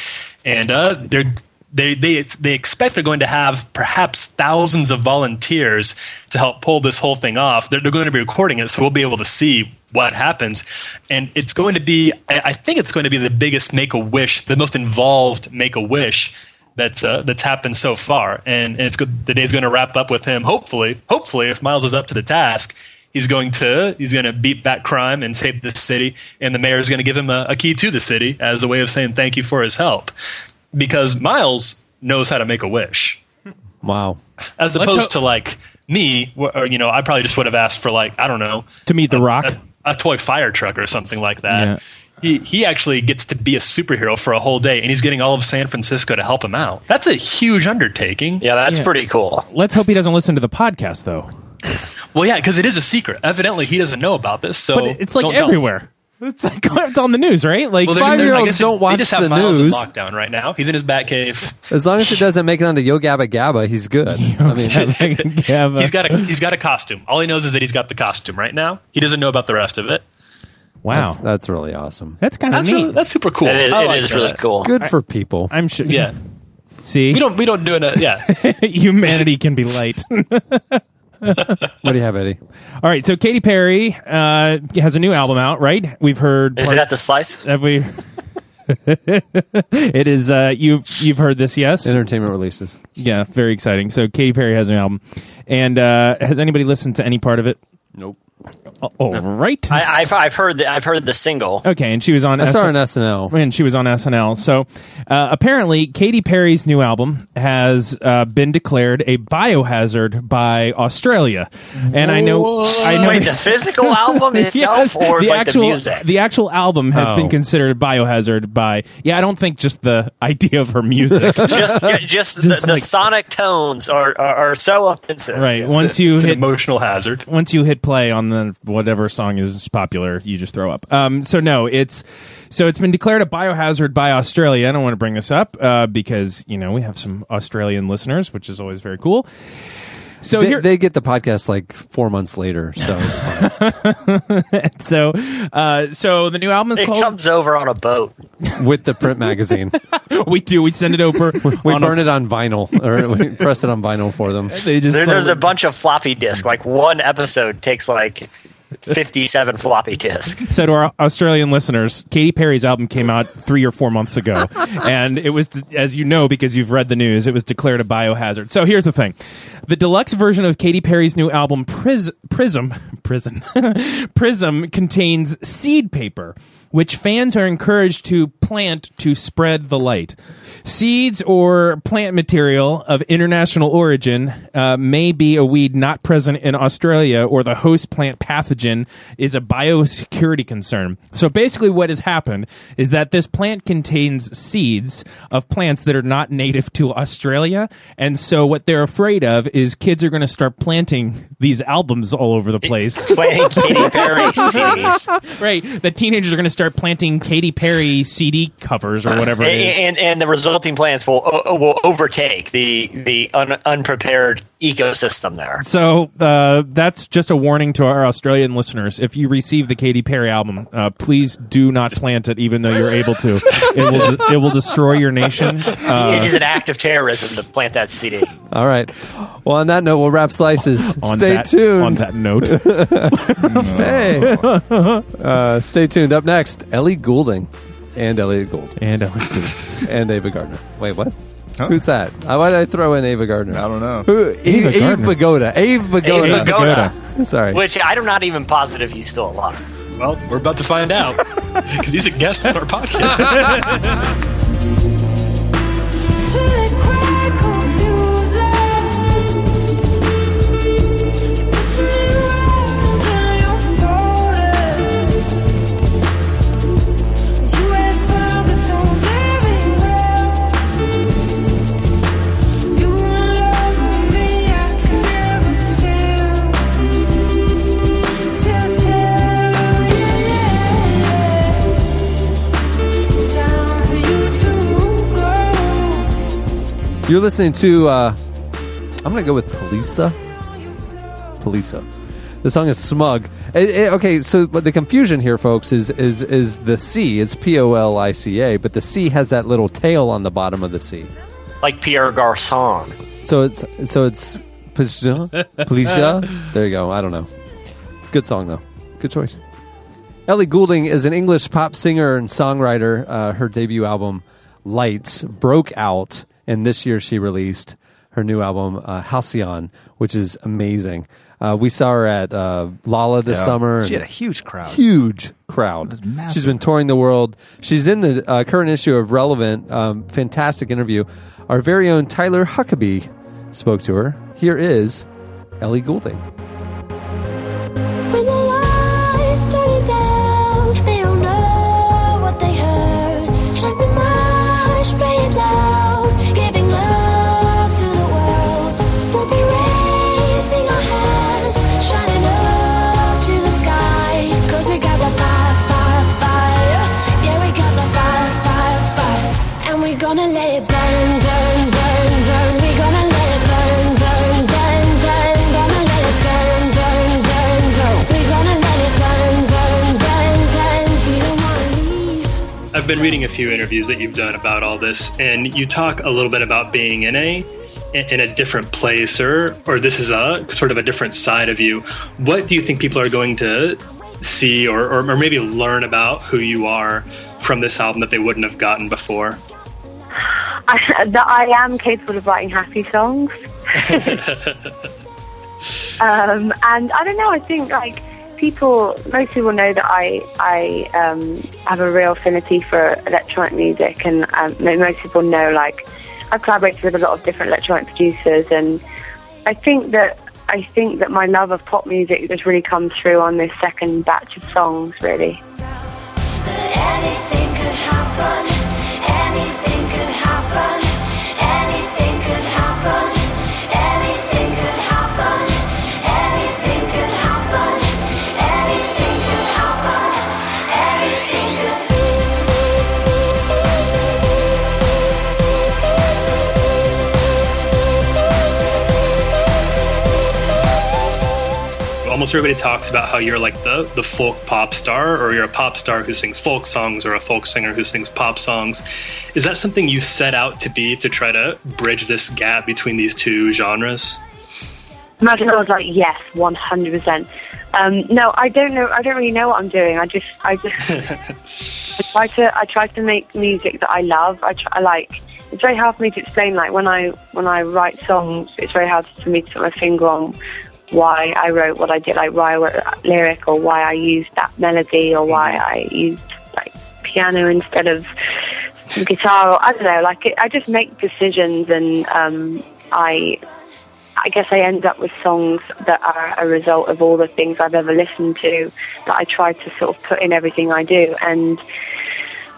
S6: and uh, they're. They, they, they expect they're going to have perhaps thousands of volunteers to help pull this whole thing off. They're, they're going to be recording it, so we'll be able to see what happens. And it's going to be, I I think it's going to be the biggest make a wish, the most involved make a wish that's uh, that's happened so far. And, and it's good, the day's going to wrap up with him. Hopefully, hopefully, if Miles is up to the task, he's going to he's going to beat back crime and save this city. And the mayor is going to give him a, a key to the city as a way of saying thank you for his help, because Miles knows how to make a wish
S2: Wow.
S6: as
S4: Let's
S6: opposed
S4: hope-
S6: to like me, wh- or you know, I probably just would have asked for like I don't know
S4: to meet The Rock.
S6: a, a toy fire truck or something like that.
S4: Yeah.
S6: He, he actually gets to be a superhero for a whole day, and he's getting all of San Francisco to help him out. That's a huge undertaking.
S5: yeah, that's
S4: Yeah.
S5: pretty cool.
S4: Let's hope he doesn't listen to the podcast, though.
S6: Well, yeah, because it is a secret. Evidently, he doesn't know about this. So
S4: But it's like
S6: Oh, don't tell him.
S4: everywhere. It's like it's on the news, right? Like
S6: Well, they're-
S4: five
S6: they're- I
S2: Five-year-olds
S6: guess
S2: don't
S6: they-
S2: watch
S6: They just have
S2: the
S6: Miles
S2: news.
S6: in lockdown right now. He's in his Batcave.
S2: As long as it doesn't make it onto Yo Gabba Gabba, he's good. I mean,
S4: yeah, but-
S6: He's got a he's got a costume. All he knows is that he's got the costume right now. He doesn't know about the rest of it.
S4: wow.
S2: that's,
S4: That's,
S2: that's really awesome.
S4: kind of
S6: uh, That's
S4: neat.
S6: really, that's super cool.
S5: It is,
S6: I
S5: it
S6: like
S5: is really
S6: that.
S5: cool.
S2: Good for people.
S4: I'm sure.
S6: Yeah,
S4: See,
S6: we don't we don't do it. Yeah,
S4: humanity can be light.
S2: What do you have, Eddie?
S4: All right, so Katy Perry uh, has a new album out, right? We've heard.
S5: Is
S4: part-
S5: it at the slice?
S4: have we? it is. Uh, you've you've heard this, yes?
S2: Entertainment releases.
S4: Yeah, very exciting. So Katy Perry has an album, and uh, has anybody listened to any part of it?
S2: Nope.
S4: All right.
S5: I, I've I've heard the, I've heard the single.
S4: Okay, and she was on.
S5: I saw her on
S4: SNL. And she was on SNL. So uh, apparently, Katy Perry's new album has uh, been declared a biohazard by Australia, and I know I know
S5: Wait, the physical album itself
S4: Yes,
S5: or
S4: the
S5: like
S4: actual
S5: the music?
S4: the actual album has
S5: Oh.
S4: been considered a biohazard by. Yeah, I don't think just the idea of her music.
S5: just, ju- just, the, the sonic tones are, are, are so offensive.
S4: Right. once you hit
S6: emotional hazard.
S4: Once you hit play on the whatever song is popular, you just throw up. Um, so no, it's so it's been declared a biohazard by Australia. I don't want to bring this up uh, because you know we have some Australian listeners, which is always very cool. So
S2: they,
S4: here-
S2: they get the podcast like four months later, so it's fine.
S4: so uh, so the new album is
S5: it
S4: called
S5: comes over on a boat.
S2: with the print magazine.
S4: we do. We send it over.
S2: We
S4: on a-
S2: burn it on vinyl or we press it on vinyl for them.
S4: They just
S5: There- there's a bunch of floppy disk. Like one episode takes like 57 floppy disk.
S4: So to our Australian listeners, Katy Perry's album came out three or four months ago, and it was, as you know, because you've read the news, it was declared a biohazard. So here's the thing: the deluxe version of Katy Perry's new album, Pris- Prism, Prism, Prism, contains seed paper, which fans are encouraged to plant to spread the light. Seeds or plant material of international origin uh, may be a weed not present in Australia, or the host plant pathogen is a biosecurity concern. So basically, what has happened is that this plant contains seeds of plants that are not native to Australia, and so what they're afraid of is kids are going to start planting these albums all over the place.
S5: Playing Katy Perry CDs.
S4: right. The teenagers are going to start planting Katy Perry CD covers or whatever it
S5: and, and
S4: is.
S5: and the resulting plants will o- will overtake the the un, unprepared ecosystem there.
S4: So uh, that's just a warning to our Australian listeners. If you receive the Katy Perry album, uh, please do not plant it, even though you're able to. It will it will destroy your nation. Uh,
S5: it is an act of terrorism to plant that CD.
S2: All right. Well, on that note, we'll wrap slices.
S4: On
S2: stay
S4: that-
S2: tuned.
S4: on that note.
S2: hey. Uh, stay tuned. Up next, Ellie Goulding and Elliot Gould.
S4: And uh, Elliot Gould.
S2: and Ava Gardner. Wait, what? Who's that? Uh, Why did I throw in Ava Gardner? I
S7: don't know.
S2: Who?
S7: Ava
S2: Ava, Ava,
S7: Gardner.
S2: Goda. Ava
S5: Ava
S2: Goda.
S5: Goda.
S2: Sorry.
S5: Which I'm not even positive he's still alive.
S6: Well, we're about to find out because he's a guest on our podcast.
S8: Sound for you to go.
S2: You're listening to, uh, I'm going to go with Polisa. Polisa. The song is Smug. It- it- okay, so but the confusion here, folks, is is is the C. It's P O L I C A, but the C has that little tail on the bottom of the C.
S5: Like Pierre Garcon.
S2: So it's so it's Polisa. Polisa. There you go. I don't know. Good song though. Good choice. Ellie Goulding is an English pop singer and songwriter. Uh, her debut album, Lights, broke out, and this year she released her new album, uh, Halcyon, which is amazing. Uh, we saw her at uh, Lala this
S7: Yeah.
S2: summer.
S7: She had
S2: and-
S7: a huge crowd.
S2: Huge crowd.
S7: massive.
S2: She's been touring the world. She's in the uh, current issue of Relevant. Um, fantastic interview. Our very own Tyler Huckabee spoke to her. Here is Ellie Goulding.
S3: When the lights started down, they don't know what they heard. Strike the march, play it loud, giving love to the world. We'll be raising our hands, shining up to the sky. Cause we got the fire, fire, fire. Yeah, we got the fire, fire, fire. And we're gonna let it burn, burn, burn, burn. We're gonna let it burn, burn, burn, burn. Gonna let it burn, burn, burn, burn. We're gonna let it burn, burn, burn, burn. We don't wanna leave.
S6: I've been reading a few interviews that you've done about all this, and you talk a little bit about being in a in a different place, or or this is a sort of a different side of you. What do you think people are going to see, or or, or maybe learn about who you are from this album that they wouldn't have gotten before?
S10: I, that I am capable of writing happy songs. um, and I don't know. I think like people, most people know that I I um, have a real affinity for electronic music, and um, mo- most people know like I've collaborated with a lot of different electronic producers, and I think that I think that my love of pop music has really come through on this second batch of songs, really.
S3: Anything could happen. Anything could happen. Anything could happen. Anything could happen. Anything could happen. Anything could happen. Anything
S6: Almost everybody talks about how you're like the, the folk pop star, or you're a pop star who sings folk songs, or a folk singer who sings pop songs. Is that something you set out to be to try to bridge this gap between these two genres?
S10: Imagine I was like, yes, one hundred percent. Um, No, I don't know. I don't really know what I'm doing. I just, I just, I try to, I try to make music that I love. I, try, I like. It's very hard for me to explain. Like when I, when I write songs, it's very hard for me to put my finger on why I wrote what I did, like why I wrote that lyric or why I used that melody or why I used like piano instead of guitar or I don't know. Like it, I just make decisions and um, I I guess I end up with songs that are a result of all the things I've ever listened to that I try to sort of put in everything I do. And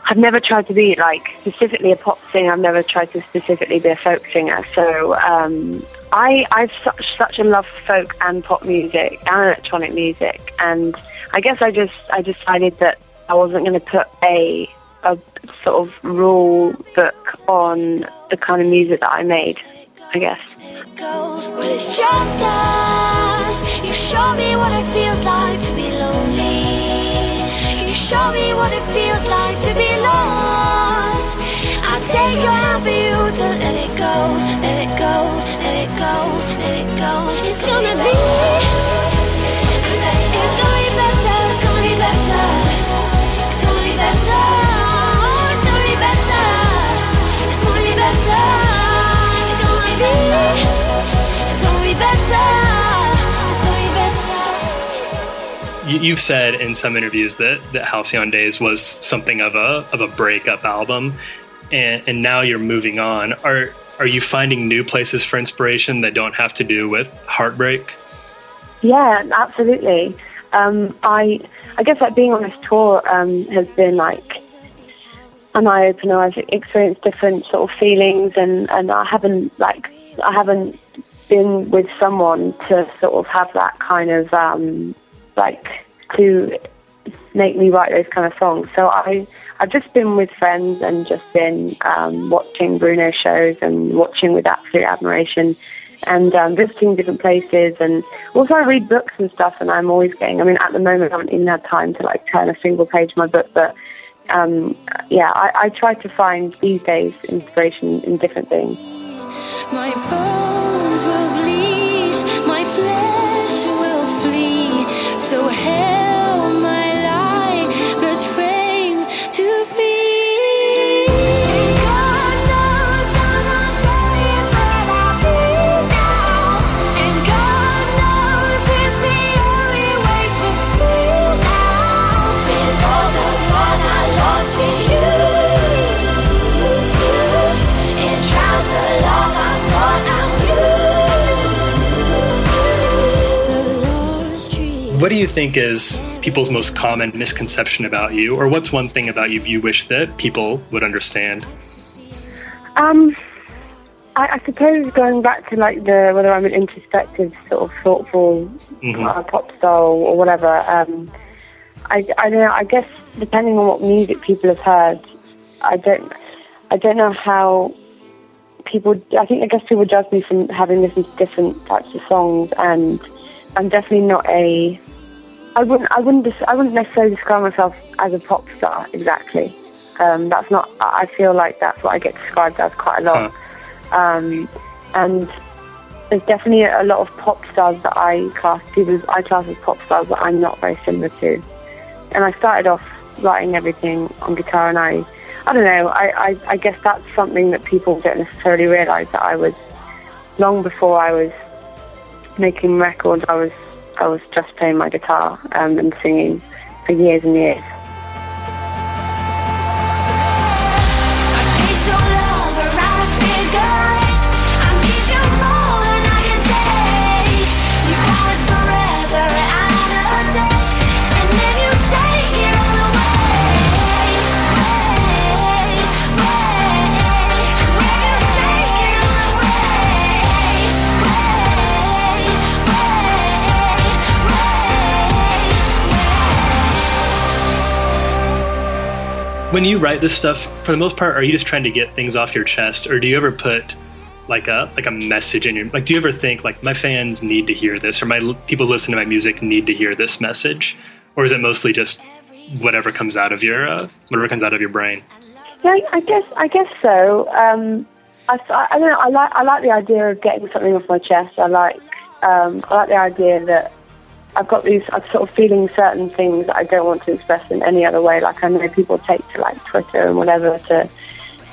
S10: I've never tried to be like specifically a pop singer. I've never tried to specifically be a folk singer. So um, I I've such such a love for folk and pop music and electronic music. And I guess I just I decided that I wasn't going to put a a sort of rule book on the kind of music that I made. I guess.
S3: Well, it's just us. You show me what it feels like to be lonely. You show me what it feels like to be lost. I'll take your hand for you to let it go, let it go, let it go, let it go. It's gonna be. It's gonna be better. It's gonna be better. It's gonna be better. It's gonna be better. Oh, it's gonna be better. It's gonna be better. It's gonna be better. It's gonna be better. It's gonna be better.
S6: You, you've said in some interviews that that Halcyon Days was something of a of a breakup album, and and now you're moving on. Are are you finding new places for inspiration that don't have to do with heartbreak?
S10: Yeah, absolutely. Um, I I guess like being on this tour um, has been like an eye opener. I've experienced different sort of feelings, and and I haven't like I haven't been with someone to sort of have that kind of um, like to make me write those kind of songs. So I I've just been with friends and just been um, watching Bruno shows and watching with absolute admiration and um, visiting different places and also I read books and stuff and I'm always getting I mean at the moment I haven't even had time to like turn a single page of my book but um, yeah I, I try to find these days inspiration in different things.
S3: My bones will bleach, my flesh will flee. So hell, my lifeless frame to be. God knows I'm not telling what I feel now, and God knows it's the only way to heal now. With all the blood I lost with you. It drowns the love I thought I knew. The Lord's tree.
S6: What do you think is people's most common misconception about you, or what's one thing about you you wish that people would understand?
S10: Um, I, I suppose going back to like the whether I'm an introspective sort of thoughtful uh, pop star or, or whatever. Um, I, I don't know. I guess depending on what music people have heard, I don't. I don't know how people. I think I guess people judge me from having listened to different types of songs, and I'm definitely not a. I wouldn't. I wouldn't. Dis- I wouldn't necessarily describe myself as a pop star exactly. Um, that's not. I I feel like that's what I get described as quite a lot. Um, and there's definitely a lot of pop stars that I class people as- I class as pop stars that I'm not very similar to. And I started off writing everything on guitar, and I I don't know. I I, I guess that's something that people don't necessarily realise that I was long before I was making records. I was I was just playing my guitar um, and singing for years and years.
S6: When you write this stuff, for the most part, are you just trying to get things off your chest, or do you ever put like a like a message in your like? Do you ever think like my fans need to hear this, or my l- people listening to my music need to hear this message, or is it mostly just whatever comes out of your uh, whatever comes out of your brain?
S10: Yeah, I- I guess I guess so. Um, I, I, I don't know. I like I like the idea of getting something off my chest. I like um, I like the idea that I've got these. I'm sort of feeling certain things that I don't want to express in any other way. Like I know people take to like Twitter and whatever to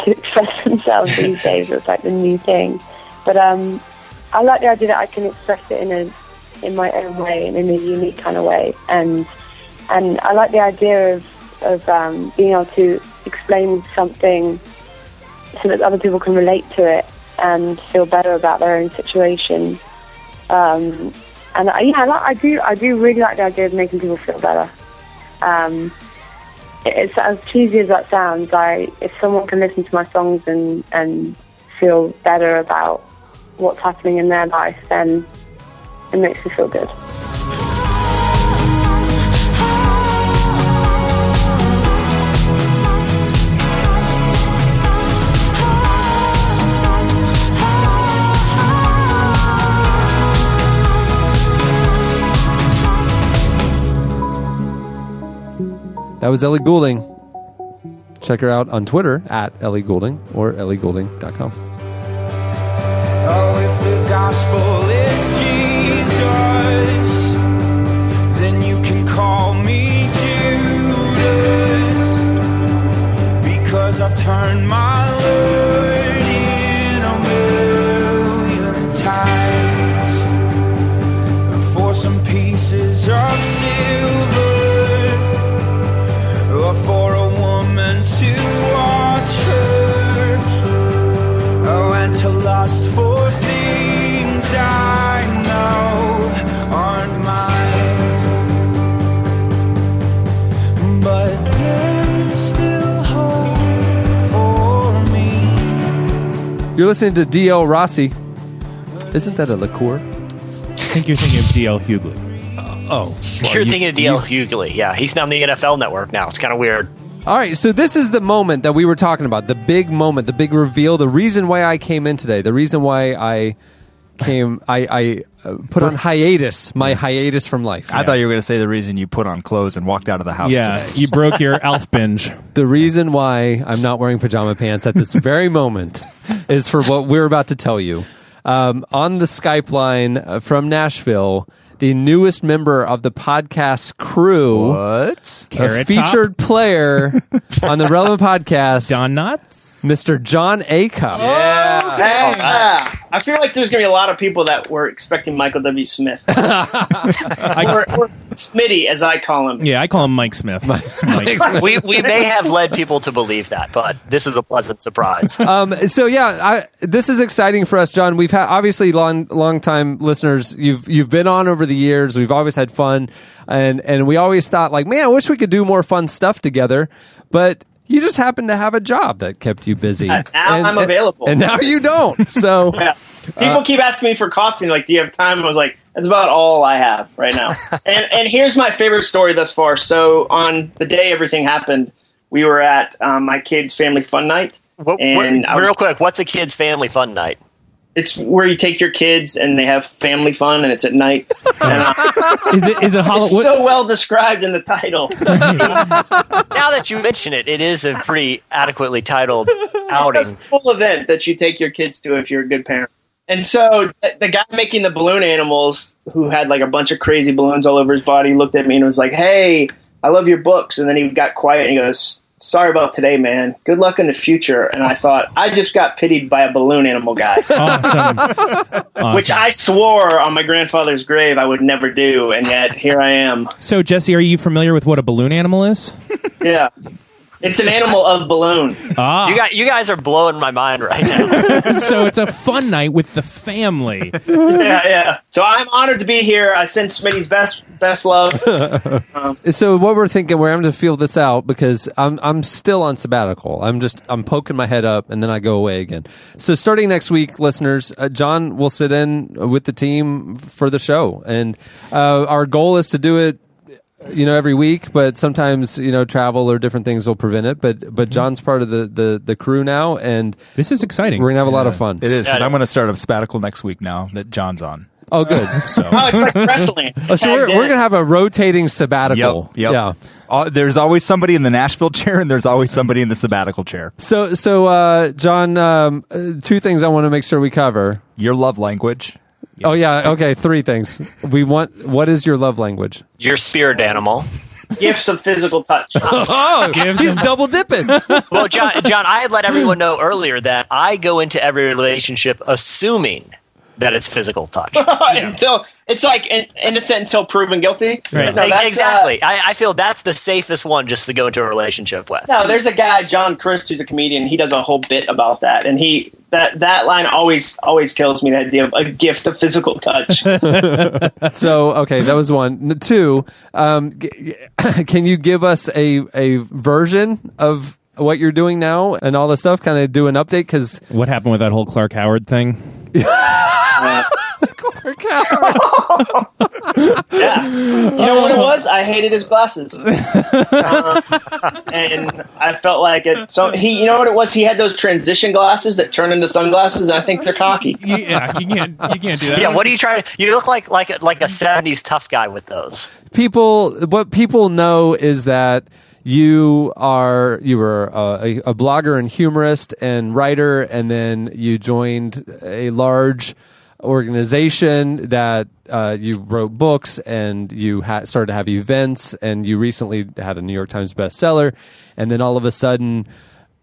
S10: to express themselves these days. It's like the new thing. But um, I like the idea that I can express it in a in my own way and in a unique kind of way. And and I like the idea of of um, being able to explain something so that other people can relate to it and feel better about their own situation. Um, and I, yeah, I, like, I do. I do really like the idea of making people feel better. Um, it- it's as cheesy as that sounds. I, if someone can listen to my songs and and feel better about what's happening in their life, then it makes me feel good.
S2: That was Ellie Goulding. Check her out on Twitter at Ellie Goulding or ellieGoulding.com.
S8: Oh, if the gospel is Jesus, then you can call me Judas. Because I've turned my Lord in a million times for some pieces of silver, or for a woman to watch her. Oh, and to lust for things I know aren't mine. But there's still hope for me.
S2: You're listening to DL Rossi. Isn't that a liqueur?
S4: I think you're thinking of DL Hughley.
S2: Oh.
S5: You're thinking of DL Hughley. Yeah, he's now on the NFL network now. It's kind of weird.
S2: All right, so this is the moment that we were talking about, the big moment, the big reveal, the reason why I came in today, the reason why I came I I uh, put on hiatus, my hiatus from life.
S7: I thought you were going to say the reason you put on clothes and walked out of the house.
S4: Yeah,
S7: today.
S4: you broke your Alf binge.
S2: The reason why I'm not wearing pajama pants at this very moment is for what we're about to tell you. Um, on the Skype line uh, from Nashville, the newest member of the podcast crew,
S7: What?
S2: a
S4: Carrot Top?
S2: featured player on the Relevant Podcast,
S4: Don Knotts.
S2: Mr. John Acuff.
S11: Yeah. I feel like there's gonna be a lot of people that were expecting Michael W. Smith, or, or Smitty, as I call him.
S4: Yeah, I call him Mike Smith. Mike.
S5: we, we may have led people to believe that, but this is a pleasant surprise.
S2: Um, so yeah, I, this is exciting for us, John. We've had obviously long, long time listeners. You've you've been on over the years. We've always had fun, and and we always thought like, man, I wish we could do more fun stuff together. But you just happened to have a job that kept you busy.
S11: Uh, now I'm available.
S2: and now you don't. So
S11: Yeah. People keep asking me for coffee. Like, do you have time? I was like, that's about all I have right now. and and here's my favorite story thus far. So on the day everything happened, we were at um, my kids' family fun night,
S5: What, what-
S11: and I was-
S5: real quick, what's a kid's family fun night?
S11: it's where you take your kids and they have family fun, and it's at night. and, uh,
S4: Is it is it hollow?
S2: Oh,
S11: it's so well described in the title.
S5: Now that you mention it, it is a pretty adequately titled outing.
S11: That's the full event that you take your kids to if you're a good parent. And so th- the guy making the balloon animals, who had like a bunch of crazy balloons all over his body, looked at me and was like, "Hey, I love your books." And then he got quiet and he goes, sorry about today, man. Good luck in the future. And I thought, I just got pitied by a balloon animal guy. Which I swore on my grandfather's grave I would never do, and yet here I am.
S4: So, Jesse, are you familiar with what a balloon animal is?
S11: Yeah. It's an animal of balloon.
S4: Ah.
S5: You got you guys are blowing my mind right now.
S4: so it's a fun night with the family.
S11: yeah, yeah. uh, So I'm honored to be here. I send Smitty's best best love.
S2: so what we're thinking, we're having to feel this out because I'm I'm still on sabbatical. I'm just I'm poking my head up and then I go away again. So starting next week, listeners, uh, John will sit in with the team for the show, and uh, our goal is to do it. You know, every week, but sometimes you know travel or different things will prevent it. But
S7: Mm-hmm.
S2: but John's part of the the, the crew now, and
S4: this is exciting.
S2: We're gonna have a lot of fun.
S7: It is because I'm going to start a sabbatical next week now that John's on.
S2: Oh, good.
S7: so
S11: Oh, it's like wrestling.
S2: Oh, so we're,
S11: Tagged in.
S2: we're gonna have a rotating sabbatical.
S7: Yep, yep. Uh, there's always somebody in the Nashville chair, and there's always somebody in the sabbatical chair.
S2: So, so uh, John, um, uh, two things I want to make sure we cover.
S7: Your love language.
S2: Oh yeah, okay. Three things we want. What is your love language?
S5: Your spirit animal.
S11: Gifts of physical touch.
S2: oh, he's double dipping.
S5: well, John, John, I had let everyone know earlier that I go into every relationship assuming that it's physical touch.
S11: until it's like in, innocent until proven guilty. No,
S5: Ex-
S11: that's, uh,
S5: exactly. I, I feel that's the safest one just to go into a relationship with.
S11: No, there's a guy, John Christ, who's a comedian. He does a whole bit about that, and he that that line always always kills me. The idea of a gift of physical touch.
S2: so okay, that was one. N- Two, um, g- can you give us a a version of what you're doing now and all this stuff? Kind of do an update because
S4: What happened with that whole Clark Howard thing?
S11: yeah, you know what it was? I hated his glasses, Uh, and I felt like it. So he, you know what it was? He had those transition glasses that turn into sunglasses, and I think they're cocky.
S4: Yeah, you can't you can't do
S5: Yeah, what are you trying to? You look like like a- like a '70s tough guy with those.
S2: people what people know is that you are you were uh, a, a blogger and humorist and writer and then you joined a large organization that uh, you wrote books and you ha- started to have events and you recently had a new york times bestseller and then all of a sudden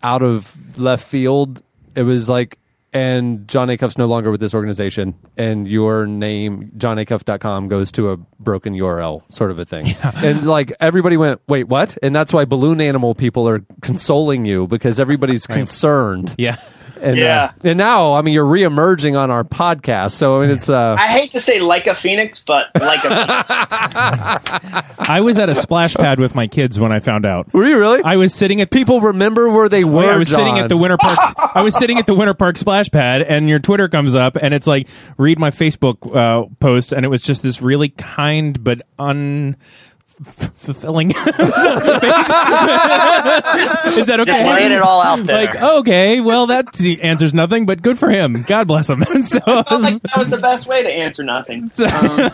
S2: out of left field it was like and John Acuff's no longer with this organization, and your name, johnacuff.com, goes to a broken URL sort of a thing. And like everybody went, wait, what? And that's why balloon animal people are consoling you because everybody's concerned.
S4: Yeah.
S2: And, uh,
S11: Yeah.
S2: and now, I mean, you're reemerging on our podcast. So, I mean, it's. Uh,
S11: I hate to say like a phoenix, but like a phoenix.
S4: I was at a splash pad with my kids when I found out.
S2: Were you really?
S4: I was sitting at
S2: people remember where they were.
S4: I was sitting
S2: John.
S4: at the Winter Park. I was sitting at the Winter Park splash pad, and your Twitter comes up, and it's like, read my Facebook uh, post, and it was just this really kind but un. f- Fulfilling. Is that okay?
S5: Just laying it all out there.
S4: Like,
S11: oh,
S4: okay, well, that answers nothing, but good for him. God bless him. And so,
S11: I felt like that was the best way to answer nothing.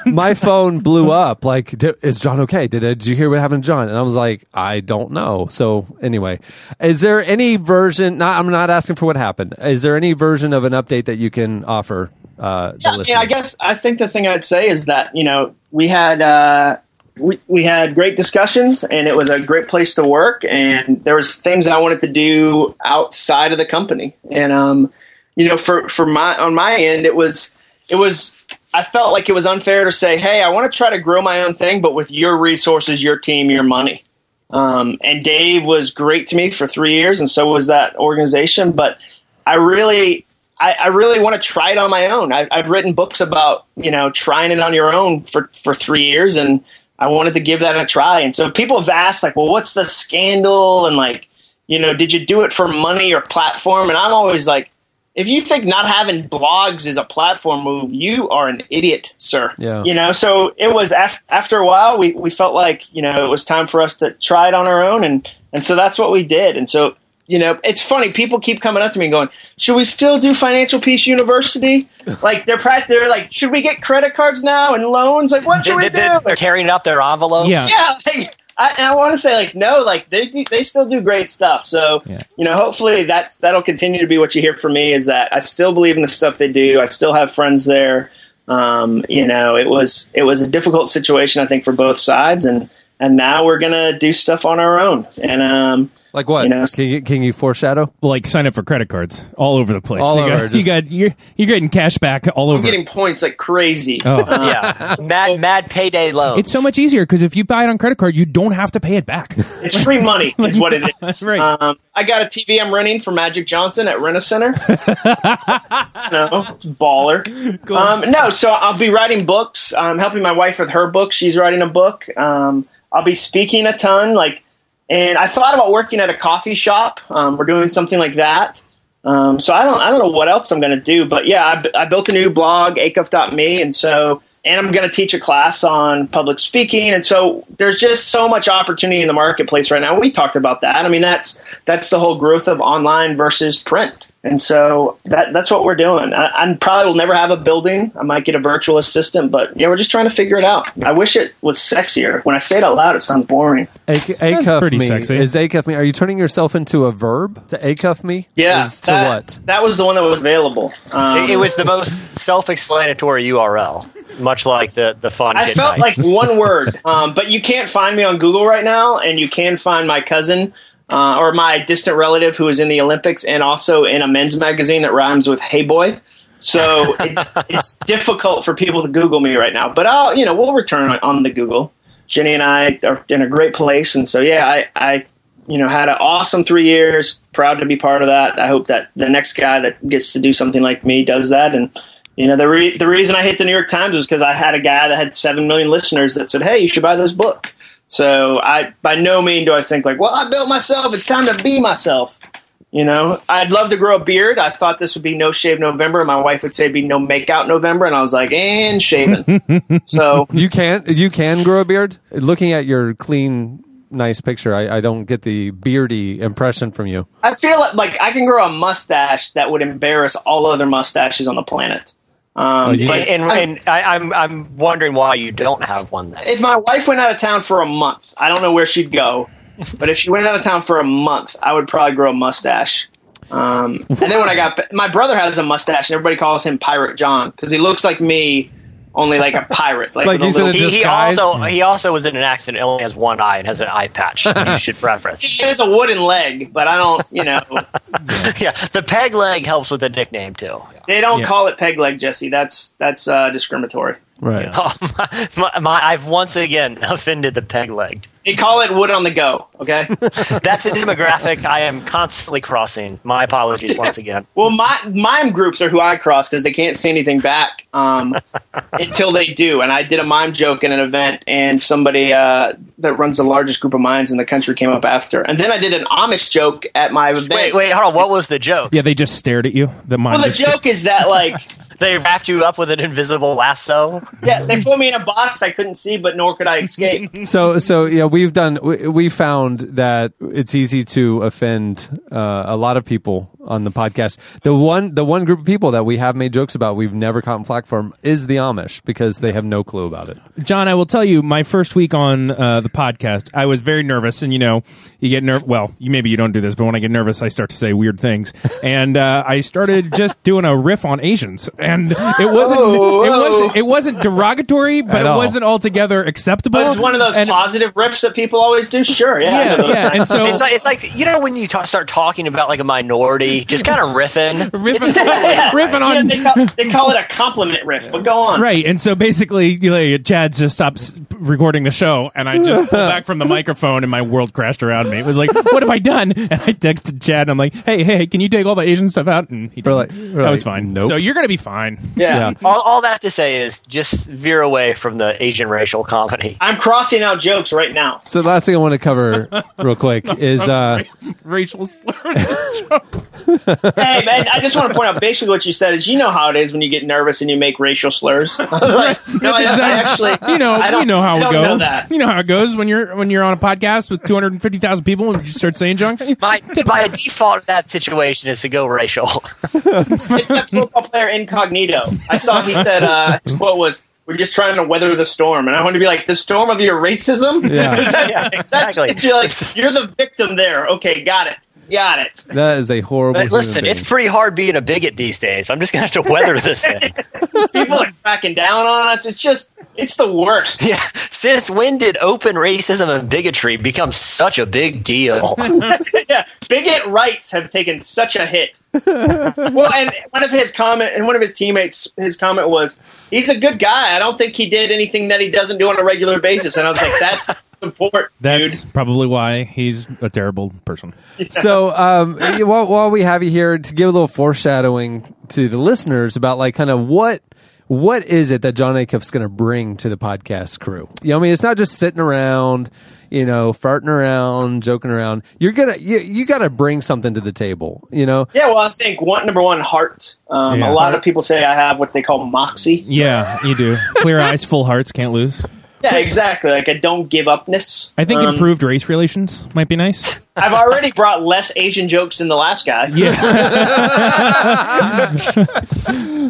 S2: my phone blew up. Like, "D- is John okay? Did, I- did you hear what happened to John? And I was like, I don't know. So anyway, is there any version? Not, I'm not asking for what happened. Is there any version of an update that you can offer? Uh, the
S11: Yeah, I, mean, I
S2: listeners?
S11: guess I think the thing I'd say is that you know we had uh, we we had great discussions and it was a great place to work and there was things I wanted to do outside of the company and um you know for for my on my end it was it was I felt like it was unfair to say hey I want to try to grow my own thing but with your resources your team your money um, and Dave was great to me for three years, and so was that organization. But I really, I, I really want to try it on my own. I, I've written books about you know trying it on your own for for three years, and I wanted to give that a try. And so people have asked like, well, what's the scandal? And like, you know, did you do it for money or platform? And I'm always like, if you think not having blogs is a platform move, you are an idiot, sir.
S2: Yeah.
S11: You know, so it was af- after a while, we, we felt like, you know, it was time for us to try it on our own. And, and so that's what we did. And so, you know, it's funny. People keep coming up to me and going, should we still do Financial Peace University? like, they're, prac- they're like, should we get credit cards now and loans? Like, what
S5: They-
S11: should we do?
S5: they- they- they're tearing up their envelopes.
S4: Yeah.
S11: yeah, like, I, and I want to say like no, like they do, they still do great stuff. So you know, hopefully that's that'll continue to be what you hear from me is that I still believe in the stuff they do. I still have friends there. Um, you know, it was it was a difficult situation I think for both sides, and and now we're gonna do stuff on our own. And um,
S2: Like what?
S11: You know,
S2: can, you, can you foreshadow?
S4: Like sign up for credit cards all over the place.
S2: All
S4: you
S2: over,
S4: Got, you
S2: just-
S4: got you're you're getting cash back all
S11: I'm
S4: over.
S11: getting points like crazy. Um,
S4: Oh.
S5: yeah, mad mad payday loans.
S4: It's so much easier because if you buy it on credit card, you don't have to pay it back.
S11: It's free money, is what it is. um, I got a TV I'm renting for Magic Johnson at Rent a Center. no, it's baller. Um, no, so I'll be writing books. I'm helping my wife with her book. She's writing a book. Um, I'll be speaking a ton. Like, and I thought about working at a coffee shop um, or doing something like that. Um, so I don't, I don't know what else I'm going to do, but yeah, I, bu- I built a new blog, acuff.me, and so, and I'm going to teach a class on public speaking, and so there's just so much opportunity in the marketplace right now. We talked about that. I mean, that's that's the whole growth of online versus print, and so that that's what we're doing. I, I probably will never have a building. I might get a virtual assistant, but yeah, we're just trying to figure it out. I wish it was sexier. When I say it out loud, it sounds boring.
S2: A- acuff
S4: pretty
S2: me
S4: sexy.
S2: is acuff me. Are you turning yourself into a verb to acuff me?
S11: Yeah,
S2: Is to
S11: that,
S2: what?
S11: That was the one that was available. Um,
S5: it, it was the most self-explanatory URL, much like the the fun.
S11: I
S5: kid
S11: felt
S5: night.
S11: like one word, um, but you can't find me on Google right now, and you can find my cousin uh, or my distant relative who is in the Olympics and also in a men's magazine that rhymes with Hey Boy. So it's, it's difficult for people to Google me right now, but I'll you know we'll return on, on the Google. Jenny and I are in a great place, and so yeah, I, I you know had an awesome three years. Proud to be part of that. I hope that the next guy that gets to do something like me does that, and you know, the re- the reason I hit the New York Times was because I had a guy that had seven million listeners that said, "Hey, you should buy this book." So I, by no means do I think like, "Well, I built myself. It's time to be myself." You know, I'd love to grow a beard. I thought this would be no shave November. My wife would say it'd be no makeout November, and I was like, "And shaving." so
S2: You can you can grow a beard. Looking at your clean, nice picture, I, I don't get the beardy impression from you.
S11: I feel like, like I can grow a mustache that would embarrass all other mustaches on the planet. Um,
S5: But- and, and I, I'm I'm wondering why you don't have one. Then.
S11: if my wife went out of town for a month, I don't know where she'd go, but if she went out of town for a month, I would probably grow a mustache. Um, and then when I got, ba- my brother has a mustache, and everybody calls him Pirate John because he looks like me, only like a pirate. Like, with a little-
S5: he, he
S4: Hmm.
S5: also he also was in an accident. Only has one eye and has an eye patch. you should reference.
S11: He has a wooden leg, but I don't. You know,
S5: yeah, the peg leg helps with the nickname too.
S11: they don't
S5: Yeah.
S11: call it peg leg, Jesse. That's that's uh, discriminatory.
S2: Right.
S5: Oh, my, my, my, I've once again offended the peg legged.
S11: They call it wood on the go. Okay.
S5: That's a demographic I am constantly crossing. My apologies once again.
S11: Well, my mime groups are who I cross because they can't see anything back um, until they do. And I did a mime joke in an event, and somebody uh, that runs the largest group of mimes in the country came up after. And then I did an Amish joke at my event.
S5: Wait, wait, hold on. What was the joke?
S4: yeah, they just stared at you. The mind
S11: Well, the
S4: just-
S11: joke is that like
S5: They wrapped you up with an invisible lasso.
S11: yeah, they put me in a box I couldn't see, but nor could I escape.
S2: So so yeah, we've done we, we found that it's easy to offend uh, a lot of people on the podcast. The one the one group of people that we have made jokes about we've never gotten flack from is the Amish because they have no clue about it.
S4: John, I will tell you, my first week on uh, the podcast, I was very nervous, and you know, you get nerve. Well, you maybe you don't do this, but when I get nervous, I start to say weird things, and uh, I started just doing a riff on Asians, and it wasn't,
S11: Oh,
S4: it
S11: oh.
S4: wasn't, it wasn't derogatory, but
S2: At
S4: it
S2: all.
S4: wasn't altogether acceptable.
S11: It's one of those
S4: And-
S11: positive riffs that people always do. Sure, yeah, I know
S4: Yeah,
S11: those
S4: yeah,
S11: things.
S4: and so
S5: it's like it's like you know when you ta start talking about like a minority, just kind of riffing.
S4: riffing,
S11: Yeah.
S4: riffing
S11: Yeah,
S4: on
S11: they, call, they call it a compliment riff, but go on.
S4: Right, and so basically, you know, Chad's just stopped recording the show, and I just pulled back from the microphone, and my world crashed around me. It was like, "What have I done?" And I texted Chad, and I'm like, "Hey, hey, can you take all the Asian stuff out?" And he
S2: We're
S4: did.
S2: like- we're
S4: "That was
S2: like,
S4: fine."
S2: nope.
S4: So you're gonna be fine.
S11: yeah.
S2: Yeah.
S5: All, all that to say is just veer away from the Asian racial comedy.
S11: I'm crossing out jokes right now.
S2: So the last thing I want to cover real quick is uh,
S4: Racial slurs.
S11: hey man, I just want to point out basically what you said is you know how it is when you get nervous and you make racial slurs. Like, no, I, I actually,
S4: you know,
S11: I don't-
S4: you know how
S11: I
S4: it
S11: don't
S4: goes.
S11: Know that.
S4: You know how it goes when you're when you're on a podcast with 250,000 people, and you start saying junk.
S5: My my default in that situation is to go racial.
S11: It's that football player incognito. I saw he said uh, his quote was, "We're just trying to weather the storm," and I want to be like, "The storm of your racism."
S2: Yeah.
S11: 'Cause that's-
S5: Yeah,
S11: that's-
S5: exactly.
S11: you're, like, you're the victim there. Okay, got it, got it.
S2: that is a horrible.
S5: But listen,
S2: human
S5: it's pretty hard being a bigot these days. I'm just gonna have to weather this thing.
S11: People are cracking down on us. It's just, it's the worst.
S5: Yeah, Since when did open racism and bigotry become such a big deal?
S11: yeah, bigot rights have taken such a hit. well, and one of his comment and one of his teammates, his comment was, "He's a good guy. I don't think he did anything that he doesn't do on a regular basis." And I was like, "That's support."
S4: That's probably why he's a terrible person.
S2: So, um, while, while we have you here, to give a little foreshadowing to the listeners about like kind of what what is it that John Acuff's going to bring to the podcast crew? You know, I mean, it's not just sitting around, you know, farting around, joking around. You're gonna you, you got to bring something to the table. You know,
S11: Yeah, well, I think one number one, heart. Um, A
S4: Yeah.
S11: lot of people say I have what they call moxie.
S4: Yeah, you do. Clear eyes, full hearts, can't lose.
S11: Yeah, exactly. Like a don't give upness.
S4: I think
S11: Um,
S4: improved race relations might be nice.
S11: I've already brought less Asian jokes than the last guy.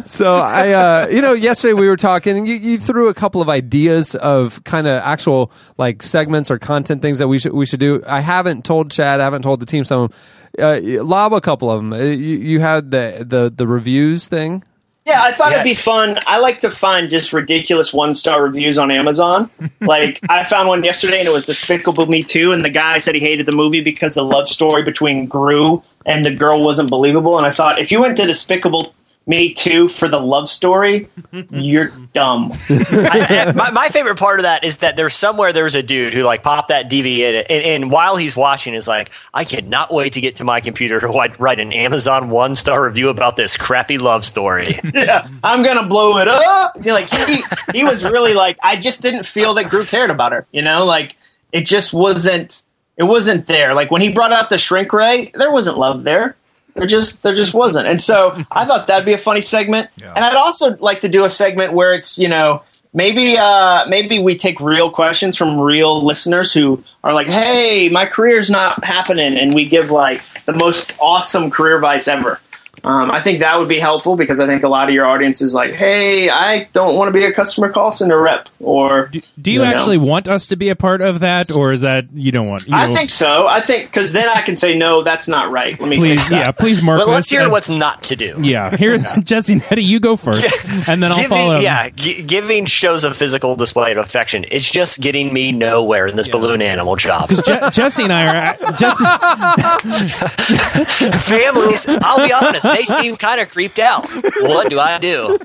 S2: so I, uh, you know, yesterday we were talking, and you, you threw a couple of ideas of kind of actual like segments or content things that we should we should do. I haven't told Chad, I haven't told the team some. of 'em. Uh, lob a couple of them. Uh, you, you had the, the the reviews thing.
S11: Yeah, I thought it'd be fun. I like to find just ridiculous one star reviews on Amazon. like I found one yesterday, and it was Despicable Me Two, and the guy said he hated the movie because the love story between Gru and the girl wasn't believable. And I thought if you went to Despicable Me Two for the love story, you're dumb.
S5: And my, my favorite part of that is that there's somewhere there's a dude who like popped that DVD in, and, and while he's watching is like, I cannot wait to get to my computer to write, write an Amazon one star review about this crappy love story.
S11: yeah, I'm gonna blow it up. You know, like he, he was really like, I just didn't feel that Gru cared about her. You know, like it just wasn't, it wasn't there. Like when he brought out the shrink ray, there wasn't love there. There just, there just wasn't. And so I thought that'd be a funny segment. And I'd also like to do a segment where it's, you know, maybe, uh, maybe we take real questions from real listeners who are like, hey, my career's not happening, and we give like the most awesome career advice ever. Um, I think that would be helpful because I think a lot of your audience is like, "Hey, I don't want to be a customer call center rep." Or do,
S4: Do you actually want us to be a part of that, or is that you don't want? You
S11: I
S4: know-
S11: think so. I think because then I can say, "No, that's not right." Let me
S4: Please,
S11: fix that.
S4: yeah, please mark But let's this hear as- what's
S5: not to do.
S4: Yeah, here, Jesse Nettie, you go first, and then I'll
S5: giving,
S4: follow. him.
S5: yeah, gi- giving shows a physical display of affection. It's just getting me nowhere in this balloon animal job.
S4: because Jesse and I are Jesse.
S5: Families, I'll be honest, they seem kind of creeped out. What do I do?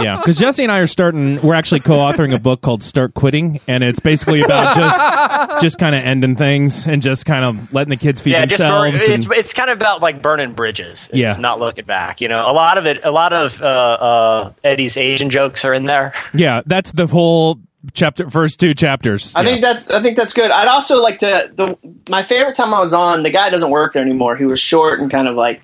S4: Yeah, because Jesse and I are starting. We're actually co-authoring a book called "Start Quitting," and it's basically about just just kind of ending things and just kind of letting the kids feed
S5: yeah, just burn,
S4: themselves.
S5: it's,
S4: and-
S5: it's kind of about like burning bridges. and
S4: Yeah.
S5: just not looking back. You know, a lot of it, a lot of uh, uh, Eddie's Asian jokes are in there.
S4: yeah, that's the whole chapter. First two chapters.
S11: I
S4: Yeah.
S11: think that's I think that's good. I'd also like to the my favorite time I was on. The guy doesn't work there anymore. He was short and kind of like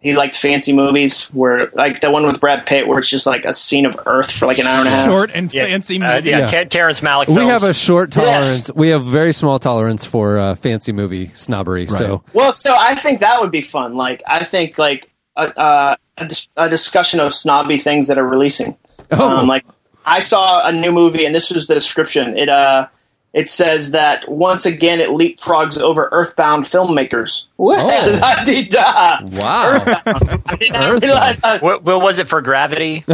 S11: he liked fancy movies where like the one with Brad Pitt where it's just like a scene of Earth for like an hour and a half.
S4: Short and fancy
S5: Uh, yeah,
S2: Yeah.
S5: Ter- Terrence Malick.
S2: we
S5: films.
S2: have a short tolerance.
S5: Yes.
S2: We have very small tolerance for uh, fancy movie snobbery. So
S11: Well, so I think that would be fun. Like, I think like a, uh, a, dis- a discussion of snobby things that are releasing.
S2: Oh.
S11: Um, like, I saw a new movie, and this was the description. It uh, it says that once again it leapfrogs over Earthbound filmmakers. What?
S5: Oh.
S11: La-di-da.
S2: Wow.
S11: I did not realize that.
S5: What, what was it for Gravity?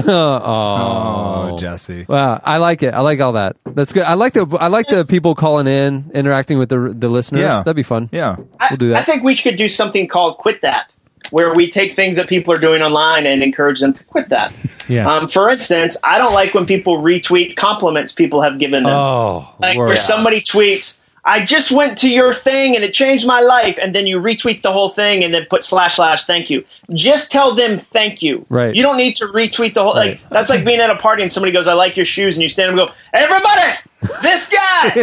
S2: oh,
S7: Jesse.
S2: Wow, I like it. I like all that. That's good. I like the I like the people calling in, interacting with the the listeners.
S11: Yeah.
S2: That'd be fun.
S7: Yeah,
S11: I,
S2: we'll do that.
S11: I think we should do something called "Quit That," where we take things that people are doing online and encourage them to quit that.
S4: Yeah.
S11: Um, for instance, I don't like when people retweet compliments people have given them.
S2: Oh,
S11: like
S2: word.
S11: where somebody tweets, "I just went to your thing and it changed my life," and then you retweet the whole thing and then put slash slash thank you. Just tell them thank you.
S2: Right.
S11: You don't need to retweet the whole. Like that's like being at a party and somebody goes, "I like your shoes," and you stand up and go, "Everybody, this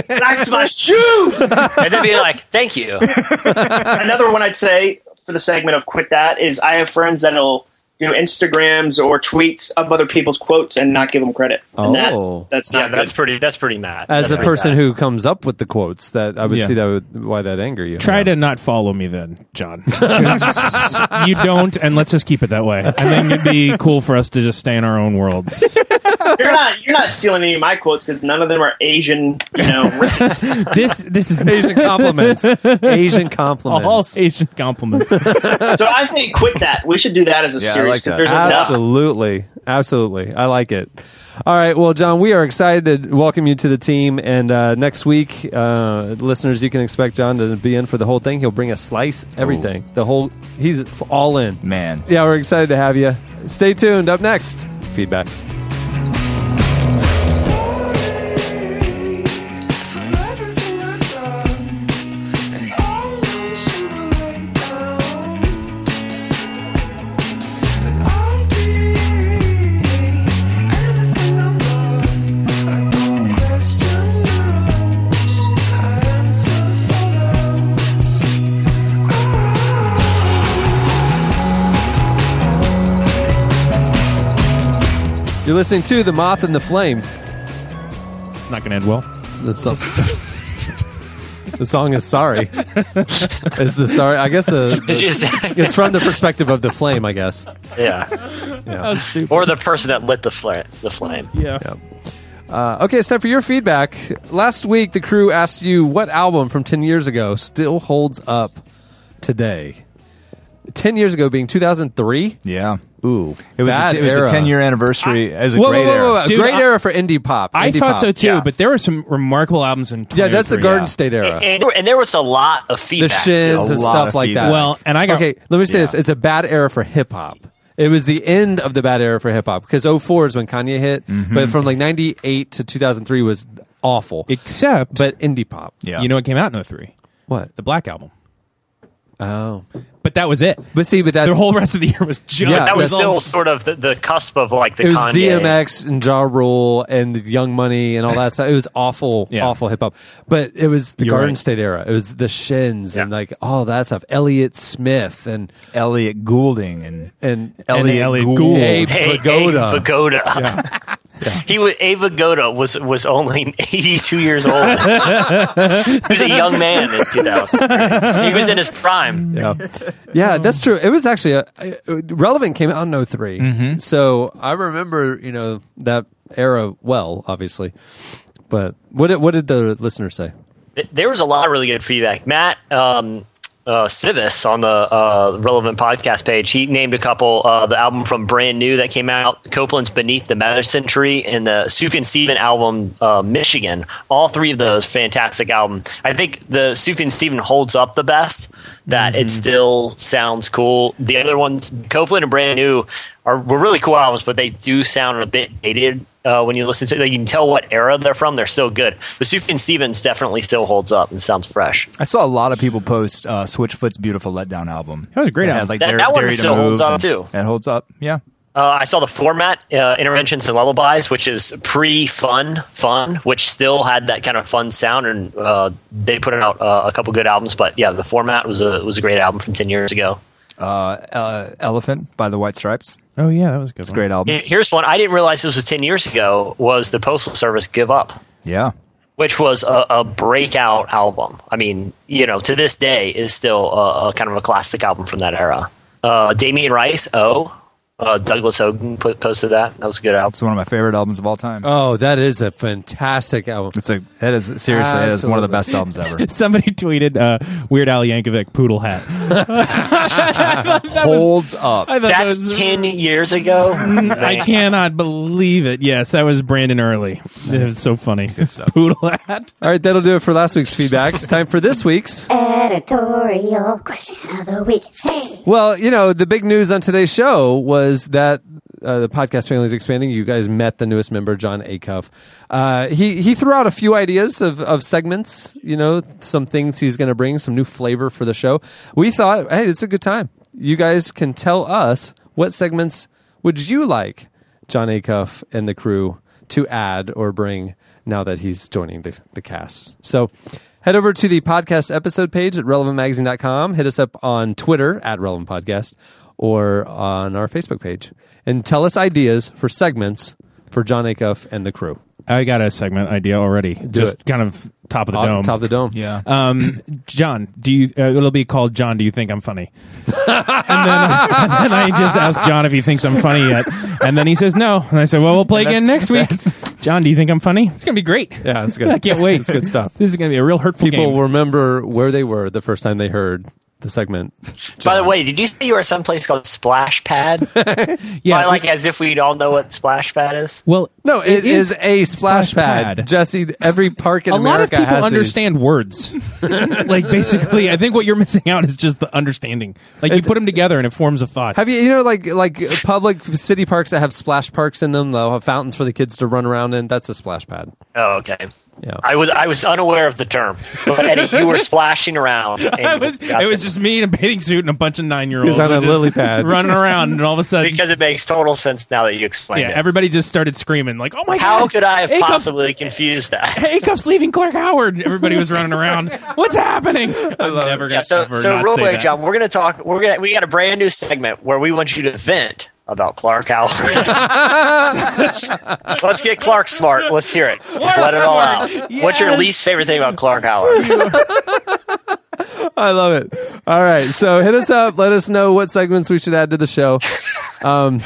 S11: guy likes my shoes."
S5: and then be like, "Thank you."
S11: Another one I'd say for the segment of quit that is I have friends that'll do Instagrams or tweets of other people's quotes and not give them credit. And
S2: Oh.
S11: that's that's
S5: yeah,
S11: not good.
S5: that's pretty. That's pretty mad.
S2: As
S5: That's
S2: a
S5: pretty
S2: person
S5: bad.
S2: who comes up with the quotes, that I would
S4: Yeah.
S2: see that would, why that anger you.
S4: Try to not follow me then, John. 'Cause you don't, and let's just keep it that way. I think it'd be cool for us to just stay in our own worlds.
S11: you're not you're not stealing any of my quotes because none of them are Asian. You know,
S4: this this is
S2: Asian compliments. Asian compliments.
S4: All Asian compliments.
S11: so I say quit that. We should do that as a series because there's enough.
S2: Absolutely, absolutely. I like it. All right. Well, John, we are excited to welcome you to the team. And uh, next week, uh, listeners, you can expect John to be in for the whole thing. He'll bring a slice, everything. The whole, he's all in.
S1: Man.
S2: Yeah, we're excited to have you. Stay tuned. Up next, feedback. You're listening to The Moth and the Flame. It's
S4: not going to end well.
S2: The song, the song is sorry. is the sorry? I guess uh,
S5: It's just-
S2: it's from the perspective of the flame. I guess. Uh,
S5: Yeah.
S2: That was stupid.
S5: Or the person that lit the flare, the flame.
S4: Yeah.
S2: Uh, okay, it's time for your feedback. Last week, the crew asked you what album from 10 years ago still holds up today. 10 years ago being 2003?
S1: Yeah.
S2: Ooh.
S1: It was,
S2: Bad
S1: the, it was the
S2: era.
S1: 10 year anniversary as a
S2: Whoa,
S1: great
S2: whoa, whoa, whoa,
S1: era.
S2: Dude, great I- era for indie pop.
S4: I
S2: indie
S4: thought
S2: pop.
S4: so too, but there were some remarkable albums in.
S2: Yeah, that's the
S4: 23,
S2: Garden State era.
S5: And, there- and there was a lot of
S2: the
S5: feedback.
S2: shins and stuff like that.
S4: Well, and I got-
S2: okay. Let me say this: it's a bad era for hip hop. It was the end of the bad era for hip hop because 04 is when Kanye hit,
S1: Mm-hmm.
S2: but from like '98 to 2003 was awful.
S4: Except,
S2: but indie pop.
S4: Yeah. You know what came out in 03?
S2: What?
S4: The Black Album.
S2: Oh.
S4: But that was it.
S2: But see, but that's
S4: the whole rest of the year was just.
S2: Yeah,
S5: that was
S2: that's-
S5: still sort of the, the cusp of like the
S2: it was
S5: Kanye.
S2: DMX and Ja Rule and Young Money and all that stuff. It was awful, awful hip hop. But it was the
S1: You're
S2: Garden
S1: right.
S2: State era. It was the Shins and like all that stuff. Elliot Smith and
S1: Elliot Goulding and
S2: and
S1: Elliot Gould.
S2: Abe
S5: Hey,
S2: Vigoda.
S5: Abe Vigoda. He was Abe Vigoda was was only 82 years old. he was a young man in 2000. He was in his prime.
S2: Yeah. yeah, that's true. It was actually a, I- relevant came out in 3 So I remember, you know, that era well, obviously. But what did, what did the listener say?
S5: Th- There was a lot of really good feedback. Matt um, uh, Civis on the uh, relevant podcast page, he named a couple. Uh, the album from Brand New that came out, Copeland's Beneath the Medicine Tree, and the Sufjan Stevens album, uh, Michigan. All three of those fantastic album. I think the Sufjan Stevens holds up the best. That it still sounds cool. The other ones, Copeland and Brand New, are were really cool albums, but they do sound a bit dated uh, when you listen to it. You can tell what era they're from. They're still good. But Sufjan Stevens definitely still holds up and sounds fresh.
S1: I saw a lot of people post uh, Switchfoot's beautiful letdown album. That
S4: was a great
S1: album.
S5: That- that one still holds up, too.
S1: That holds up. Yeah.
S5: Uh, I saw the format, uh, Interventions and Lullabies, which is pre fun, fun, which still had that kind of fun sound. And uh, they put out uh, a couple good albums. But yeah, the format was a, was a great album from 10 years ago.
S1: Uh, uh, Elephant by the White Stripes.
S4: Oh yeah, that was a good. It's
S1: a great album.
S5: And Here's one I didn't realize this was 10 years ago was the Postal Service Give Up,
S1: Yeah.
S5: which was a, a breakout album. I mean, you know, to this day is still a, a kind of a classic album from that era. Uh, Damien Rice, oh, uh, Douglas Hogan put, posted that. That was a good album.
S1: It's one of my favorite albums of all time.
S2: Oh, that is a fantastic album.
S1: It's a that is seriously that is one of the best albums ever.
S4: Somebody tweeted uh, Weird Al Yankovic poodle hat.
S1: holds up.
S4: I thought
S5: That's
S4: that was-
S5: 10 years ago.
S4: I cannot believe it. Yes, that was Brandon Early. It was so funny. Poodle hat.
S2: All right, that'll do it for last week's feedback. It's time for this week's.
S3: Editorial question of the week. Hey.
S2: Well, you know, the big news on today's show was that uh, the podcast family is expanding. You guys met the newest member, John Acuff. Uh, he he threw out a few ideas of, of segments. You know, some things he's going to bring, some new flavor for the show. We thought, hey, it's a good time. You guys can tell us what segments would you like John Acuff and the crew to add or bring now that he's joining the, the cast. So head over to the podcast episode page at relevantmagazine.com. Hit us up on Twitter at relevant podcast or on our Facebook page and tell us ideas for segments for John Acuff and the crew.
S4: I got a segment idea already. Just
S2: it.
S4: kind of top of the
S2: On
S4: dome.
S2: Top of the dome.
S1: Yeah.
S4: Um, John, do you? Uh, it'll be called John. Do you think I'm funny? and, then, and then I just ask John if he thinks I'm funny yet, and then he says no. And I said, well, we'll play again next week. John, do you think I'm funny? It's gonna be great.
S2: Yeah, that's good.
S4: I can't wait.
S2: It's good stuff.
S4: This is gonna be a real hurtful
S2: People
S4: game.
S2: will remember where they were the first time they heard the segment.
S5: By the way, did you say you were someplace called Splash Pad?
S4: Yeah,
S5: By, like as if we'd all know what Splash Pad is.
S4: Well,
S2: No, it is, a splash, pad. Jesse. Every park in
S4: a lot of
S2: America
S4: people
S2: has these.
S4: understand words. like basically, I think what you're missing out is just the understanding. Like you put them together and it forms a thought.
S2: Have you you know like like uh, public city parks that have splash parks in them? They'll have fountains for the kids to run around in. That's a splash pad.
S5: Oh, okay. I was I was unaware of the term, but Eddie, you were splashing around. and
S4: I was-
S5: you got
S4: it was just me in a bathing suit and a bunch of nine year olds.
S2: He was on a lily pad.
S4: running around, and all of a sudden,
S5: because it makes total sense now that you explain
S4: yeah,
S5: it.
S4: everybody just started screaming like, "Oh my
S5: How
S4: god!"
S5: could I have
S4: Acuff-
S5: possibly confused that?
S4: Acuff's leaving Clark Howard. Everybody was running around. What's happening? I'm never gonna
S5: Yeah, so
S4: ever
S5: so
S4: not
S5: real
S4: say
S5: quick,
S4: that.
S5: John, we're gonna talk. We're gonna we got a brand new segment where we want you to vent about Clark Howard. Let's get Clark smart. Let's hear it. Just let it all out.
S2: Clark smart.
S5: What's your
S2: Yes.
S5: least favorite thing about Clark Howard?
S2: I love it. All right, so hit us up. Let us know what segments we should add to the show. Um,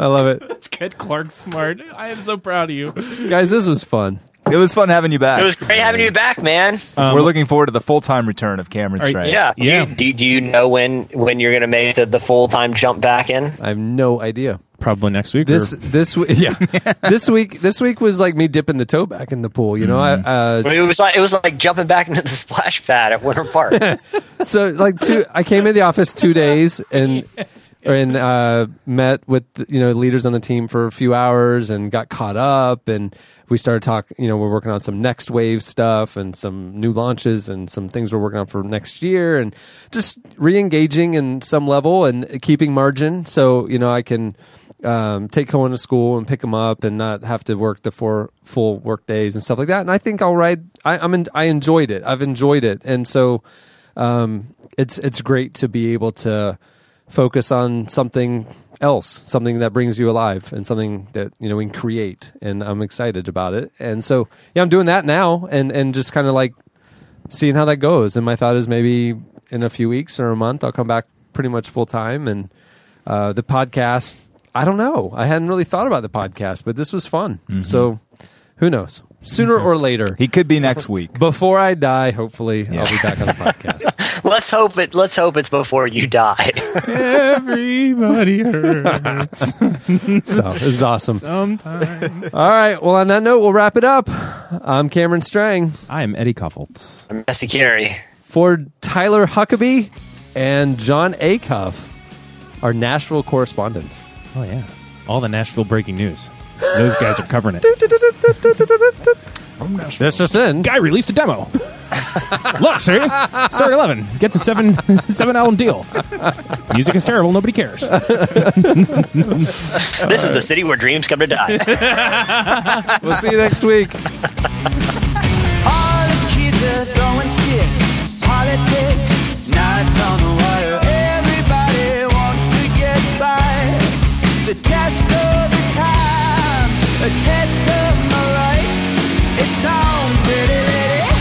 S2: I love it,
S4: It's good, Clark Smart. I am so proud of you.
S2: guys. This was fun.
S7: It was fun having you back.
S5: It was great having you back, man.
S4: Uh,
S2: Um,
S7: We're looking forward to the full time return of Cameron
S5: Are-
S7: Strait.
S5: Yeah. Do, You, do, do you know when when you're going to make the, the full time jump back in?
S2: I have no idea.
S4: Probably next week.
S2: This this week, yeah. this week this week was like me dipping the toe back in the pool. You know, I uh,
S5: It was like it was like jumping back into the splash pad at Winter Park.
S2: so like two i came in the office two days and and uh, met with you know leaders on the team for a few hours and got caught up and we started talking you know we're working on some next wave stuff and some new launches and some things we're working on for next year and just re-engaging in some level and keeping margin so you know i can um, take Cohen to school and pick him up and not have to work the four full work days and stuff like that. And I think I'll ride. I, I'm in, I enjoyed it. I've enjoyed it, and so um, it's it's great to be able to focus on something else, something that brings you alive, and something that you know we can create. And I'm excited about it. And so yeah, I'm doing that now, and and just kind of like seeing how that goes. And my thought is maybe in a few weeks or a month, I'll come back pretty much full time. And uh, the podcast, I don't know. I hadn't really thought about the podcast, but this was fun. So who knows? Sooner or later,
S7: he could be next week.
S2: Before I die, hopefully, I'll be back on the podcast.
S5: let's hope it. Let's hope it's before you die.
S4: Everybody hurts.
S2: so this is awesome.
S4: Sometimes.
S2: All right. Well, on that note, we'll wrap it up. I'm Cameron Strang
S4: I am Eddie Koffeltz.
S5: I'm Jesse Carey.
S2: for Tyler Huckabee and John Acuff, our Nashville correspondents.
S4: Oh yeah, all the Nashville breaking news. Those guys are covering it.
S2: That's just in.
S4: Guy released a demo. Look, sir, Star Eleven gets a seven seven album deal. Music is terrible. Nobody cares.
S5: This is the city where dreams come to die.
S2: We'll see you next week.
S8: All the kids are throwing sticks. Politics, now it's on the wire. Everybody wants to get by. It's a test of the times, a test of my rights. It's on, pretty lady.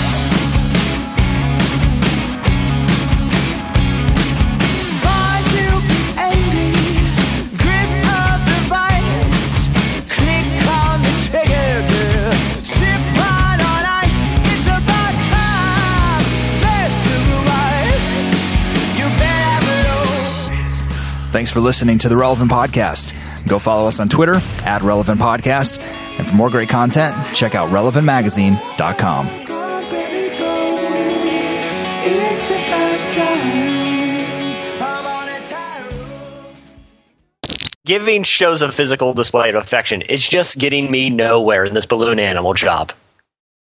S8: Born to be angry, grip of the vice. Click on the trigger, girl. Sip wine on ice. It's about time. Best of the right. You better have it all.
S1: Thanks for listening to the Relevant Podcast. Go follow us on Twitter at Relevant Podcast. And for more great content, check out relevantmagazine.com.
S8: It's about time. I'm on a tirade.
S5: Giving shows a physical display of affection. It's just getting me nowhere in this balloon animal job.